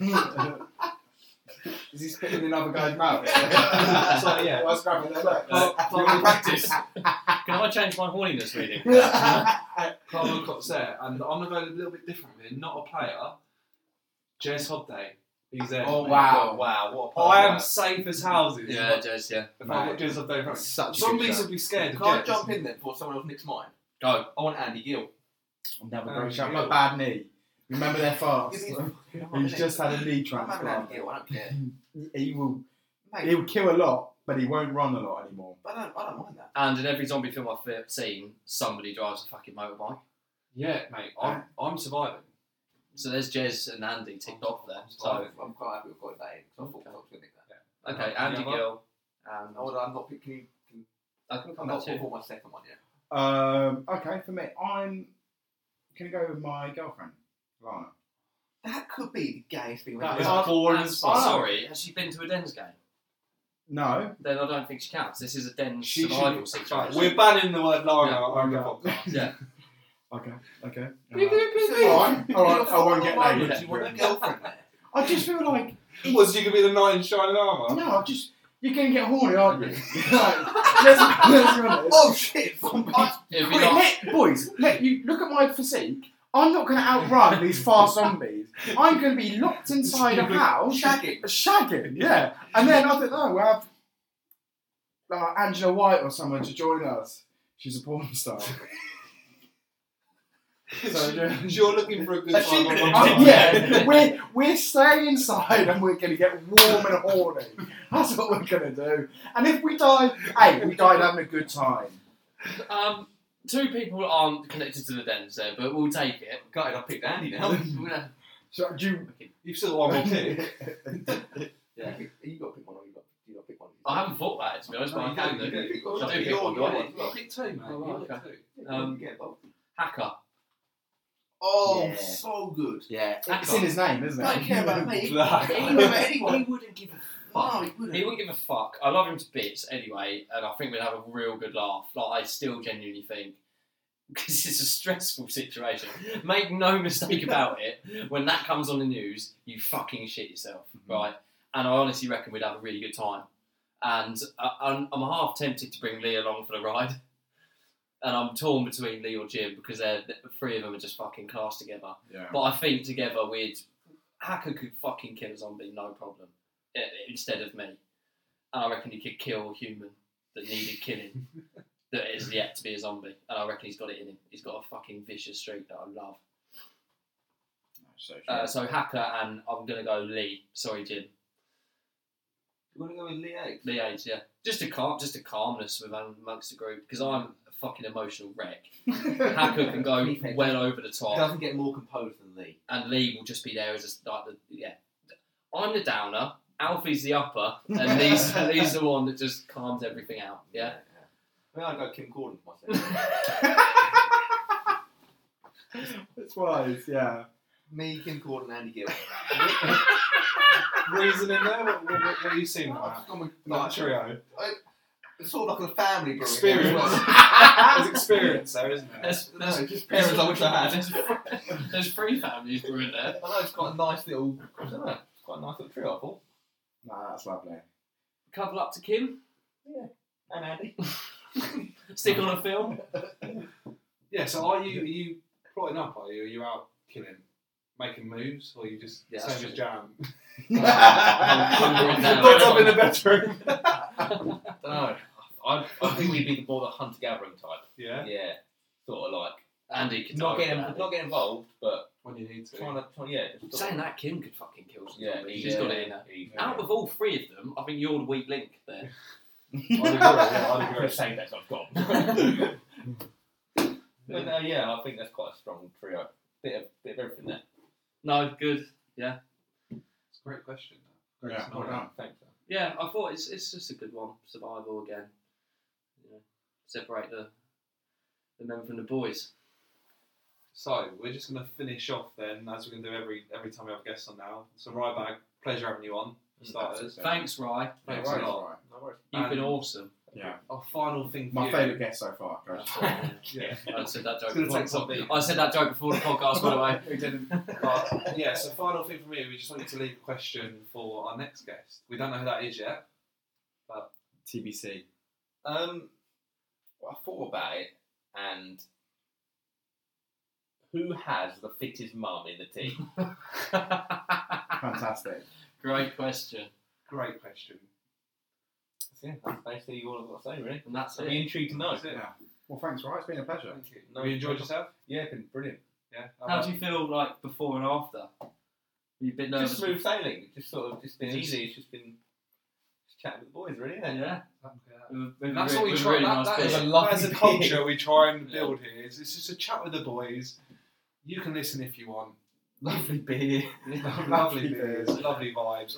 grit. Is he spitting in other guy's mouth? So, yeah. What's grabbing their leg? Uh, Clark, You're in Clark, practice. Can I change my horniness reading? Clark Wilcox there, and I'm gonna go a little bit different with him. Not a player. Jez Hobday, he's there. Oh, mate. Wow. Wow, what a Oh, I am safe as houses. yeah, Jez. Yeah. If I got Mate. Jez Hobday, in front of me. Such a good Zombies shout. would be scared. of Can I Jez. jump in then before someone else nicks mine? Go. I want Andy Gill. I'm never Um, going to shout yeah. my bad knee. Remember their fast. Give me- Oh, He's just had a knee I'm having Andy transplant. Gill, I don't care. He will. Mate, He will kill a lot, but he won't run a lot anymore. I don't, I don't mind that. And in every zombie film I've fi- seen, somebody drives a fucking motorbike. Yeah, mate, I'm, I'm surviving. So there's Jez and Andy ticked off there. So Sorry. I'm, I'm quite happy we've got that in. 'cause I thought I was going to nick that. okay, Andy Yeah, well- Gill. um, And Oh, no, I'm not picking. I can I'm come back not to you. for my second one yet. Um, okay, for me, I'm gonna go with my girlfriend, Lana. That could be the gayest thing. That we've is ever done. boring I'm as fuck. sorry, has she been to a Den's game? No, Then I don't think she counts. This is a Den She survival should- situation. We're banning the word Lauren Yeah, out on the yeah. podcast. yeah. okay, okay. Uh, alright. All Alright, alright, I won't get labelled. You want a girlfriend there? I just feel like Was you could be the knight in shining armour? no, I just you can get horny, aren't you? like, let's, let's be honest. Oh shit! Zombies. It'd be Wait, like, let- boys, let you look at my physique. I'm not going to outrun these fast zombies. I'm going to be locked inside a house, shagging. shagging, yeah. And then I don't know, we'll have uh, Angela White or someone to join us. She's a porn star. So, yeah. You're looking for a good Has she time on been in Rocket Oh, League. yeah, we're, we're staying inside and we're going to get warm and horny. That's what we're going to do. And if we die, hey, we died having a good time. um, two people aren't connected to the Dens there, but we'll take it. Gutted, I picked Andy now. We're gonna- So, do you, You've still got one more pick. yeah. You got to pick one, or you got you got to pick one. I haven't thought about it to be honest, but I can do. You pick one. Shall I do You're- one? Do I you're- want- you pick two, mate. Oh, right, You pick okay. two. Um, yeah, Bob. Hacker. Oh, Yeah. so good. yeah, it's Hacker. in his name, isn't it? I don't care about me. Black. Anyone, anyone. He wouldn't give a No, he He wouldn't. wouldn't give a fuck. I love him to bits anyway, and I think we'd have a real good laugh. Like I still genuinely think, because it's a stressful situation. Make no mistake about it. When that comes on the news, you fucking shit yourself, right? And I honestly reckon we'd have a really good time. And I, I'm, I'm half tempted to bring Lee along for the ride. And I'm torn between Lee or Jim because they're, the three of them are just fucking class together. Yeah. But I think together we'd Hacker could fucking kill a zombie, no problem. i- Instead of me, and I reckon he could kill a human that needed killing, that is yet to be a zombie. And I reckon he's got it in him. He's got a fucking vicious streak that I love. No, so true. Uh, so Hacker and I'm gonna go Lee. Sorry, Jim. You want to go with Lee Eggs? Lee Age, yeah. Just a calm, just a calmness with- amongst the group because I'm a fucking emotional wreck. Hacker can go well over the He top. doesn't get more composed than Lee. and Lee will just be there as a, like the yeah. I'm the downer. Alfie's the upper, and Lee's, Lee's the one that just calms everything out. Yeah. I mean, I'd go Kim Gordon for myself. That's wise, yeah. Me, Kim Gordon, Andy Gill. Reason in there? What, what, what, what are you seeing I've about? gone with- Like a trio. It's sort of like a family brewing Experience. as well. There's experience there, isn't there? There's, there's, No, just parents I wish I had. There's, there's three families brewing there. I know it's quite a nice little. I don't know. It's quite a nice little trio, I thought. Nah, that's lovely. Cover up to Kim. And Andy. Stick on a film. Yeah, so are you are you plotting up, are you? Are you out killing, making moves, or are you just Yeah, that's same as jam? Um, I'm- I'm- Locked up in the bedroom. I don't know. I, I think we'd be the more the hunter gathering type. Yeah, Yeah. Sort of like. Andy can Not direct getting, Andy. not getting involved, but when you need to. trying to. Trying, yeah. just sort Saying of- that Kim could fucking kill some Yeah, zombies. he- She's got it in her. he- Out of all three of them, I think you're the weak link there. I'd agree, yeah, I'd I'm agree. going to say that I've got. but no, yeah, I think that's quite a strong trio. Bit of, bit of everything there. No, good. It's a great question. Yeah, It's not well done. Thanks. Yeah, I thought it's it's just a good one. Survival again. You know, separate the the men from the boys. So we're just gonna finish off then, as we're gonna do every every time we have guests on now. So Ryback, pleasure having you on. For Mm, starters, Thanks, Rye. Thanks Right, a lot. right. No worries. You've been Um, awesome. Yeah. Our final thing. For My you. favourite guest so far, guys. Yeah. I said that joke It's gonna before. take some the beating. pod- I said that joke before the podcast, by the way. We didn't. But yeah, so final thing for me, we just wanted to leave a question for our next guest. We don't know who that is yet. TBC. Um, well, I thought about it, and who has the fittest mum in the team? Fantastic. Great question. Great question. That's it. That's basically all I've got to say, really. And that's I'd be it. intrigued to know. That's it. Yeah. Well, thanks, right? It's been a pleasure. Thank you. No, you enjoyed no. yourself? Yeah, been brilliant. Yeah. How do you feel like before and after? You've been nervous. Just smooth sailing. Just sort of, just been Just- easy. It's just been just chatting with the boys, really. isn't it? Yeah. We've- we've That's re- what we we've try. Really that- nice that bit. is bit. a, Lovely that is a bit. culture we try and Yeah. build here. Is it's just a chat with the boys. You can listen if you want. Lovely beer. lovely beers, lovely vibes.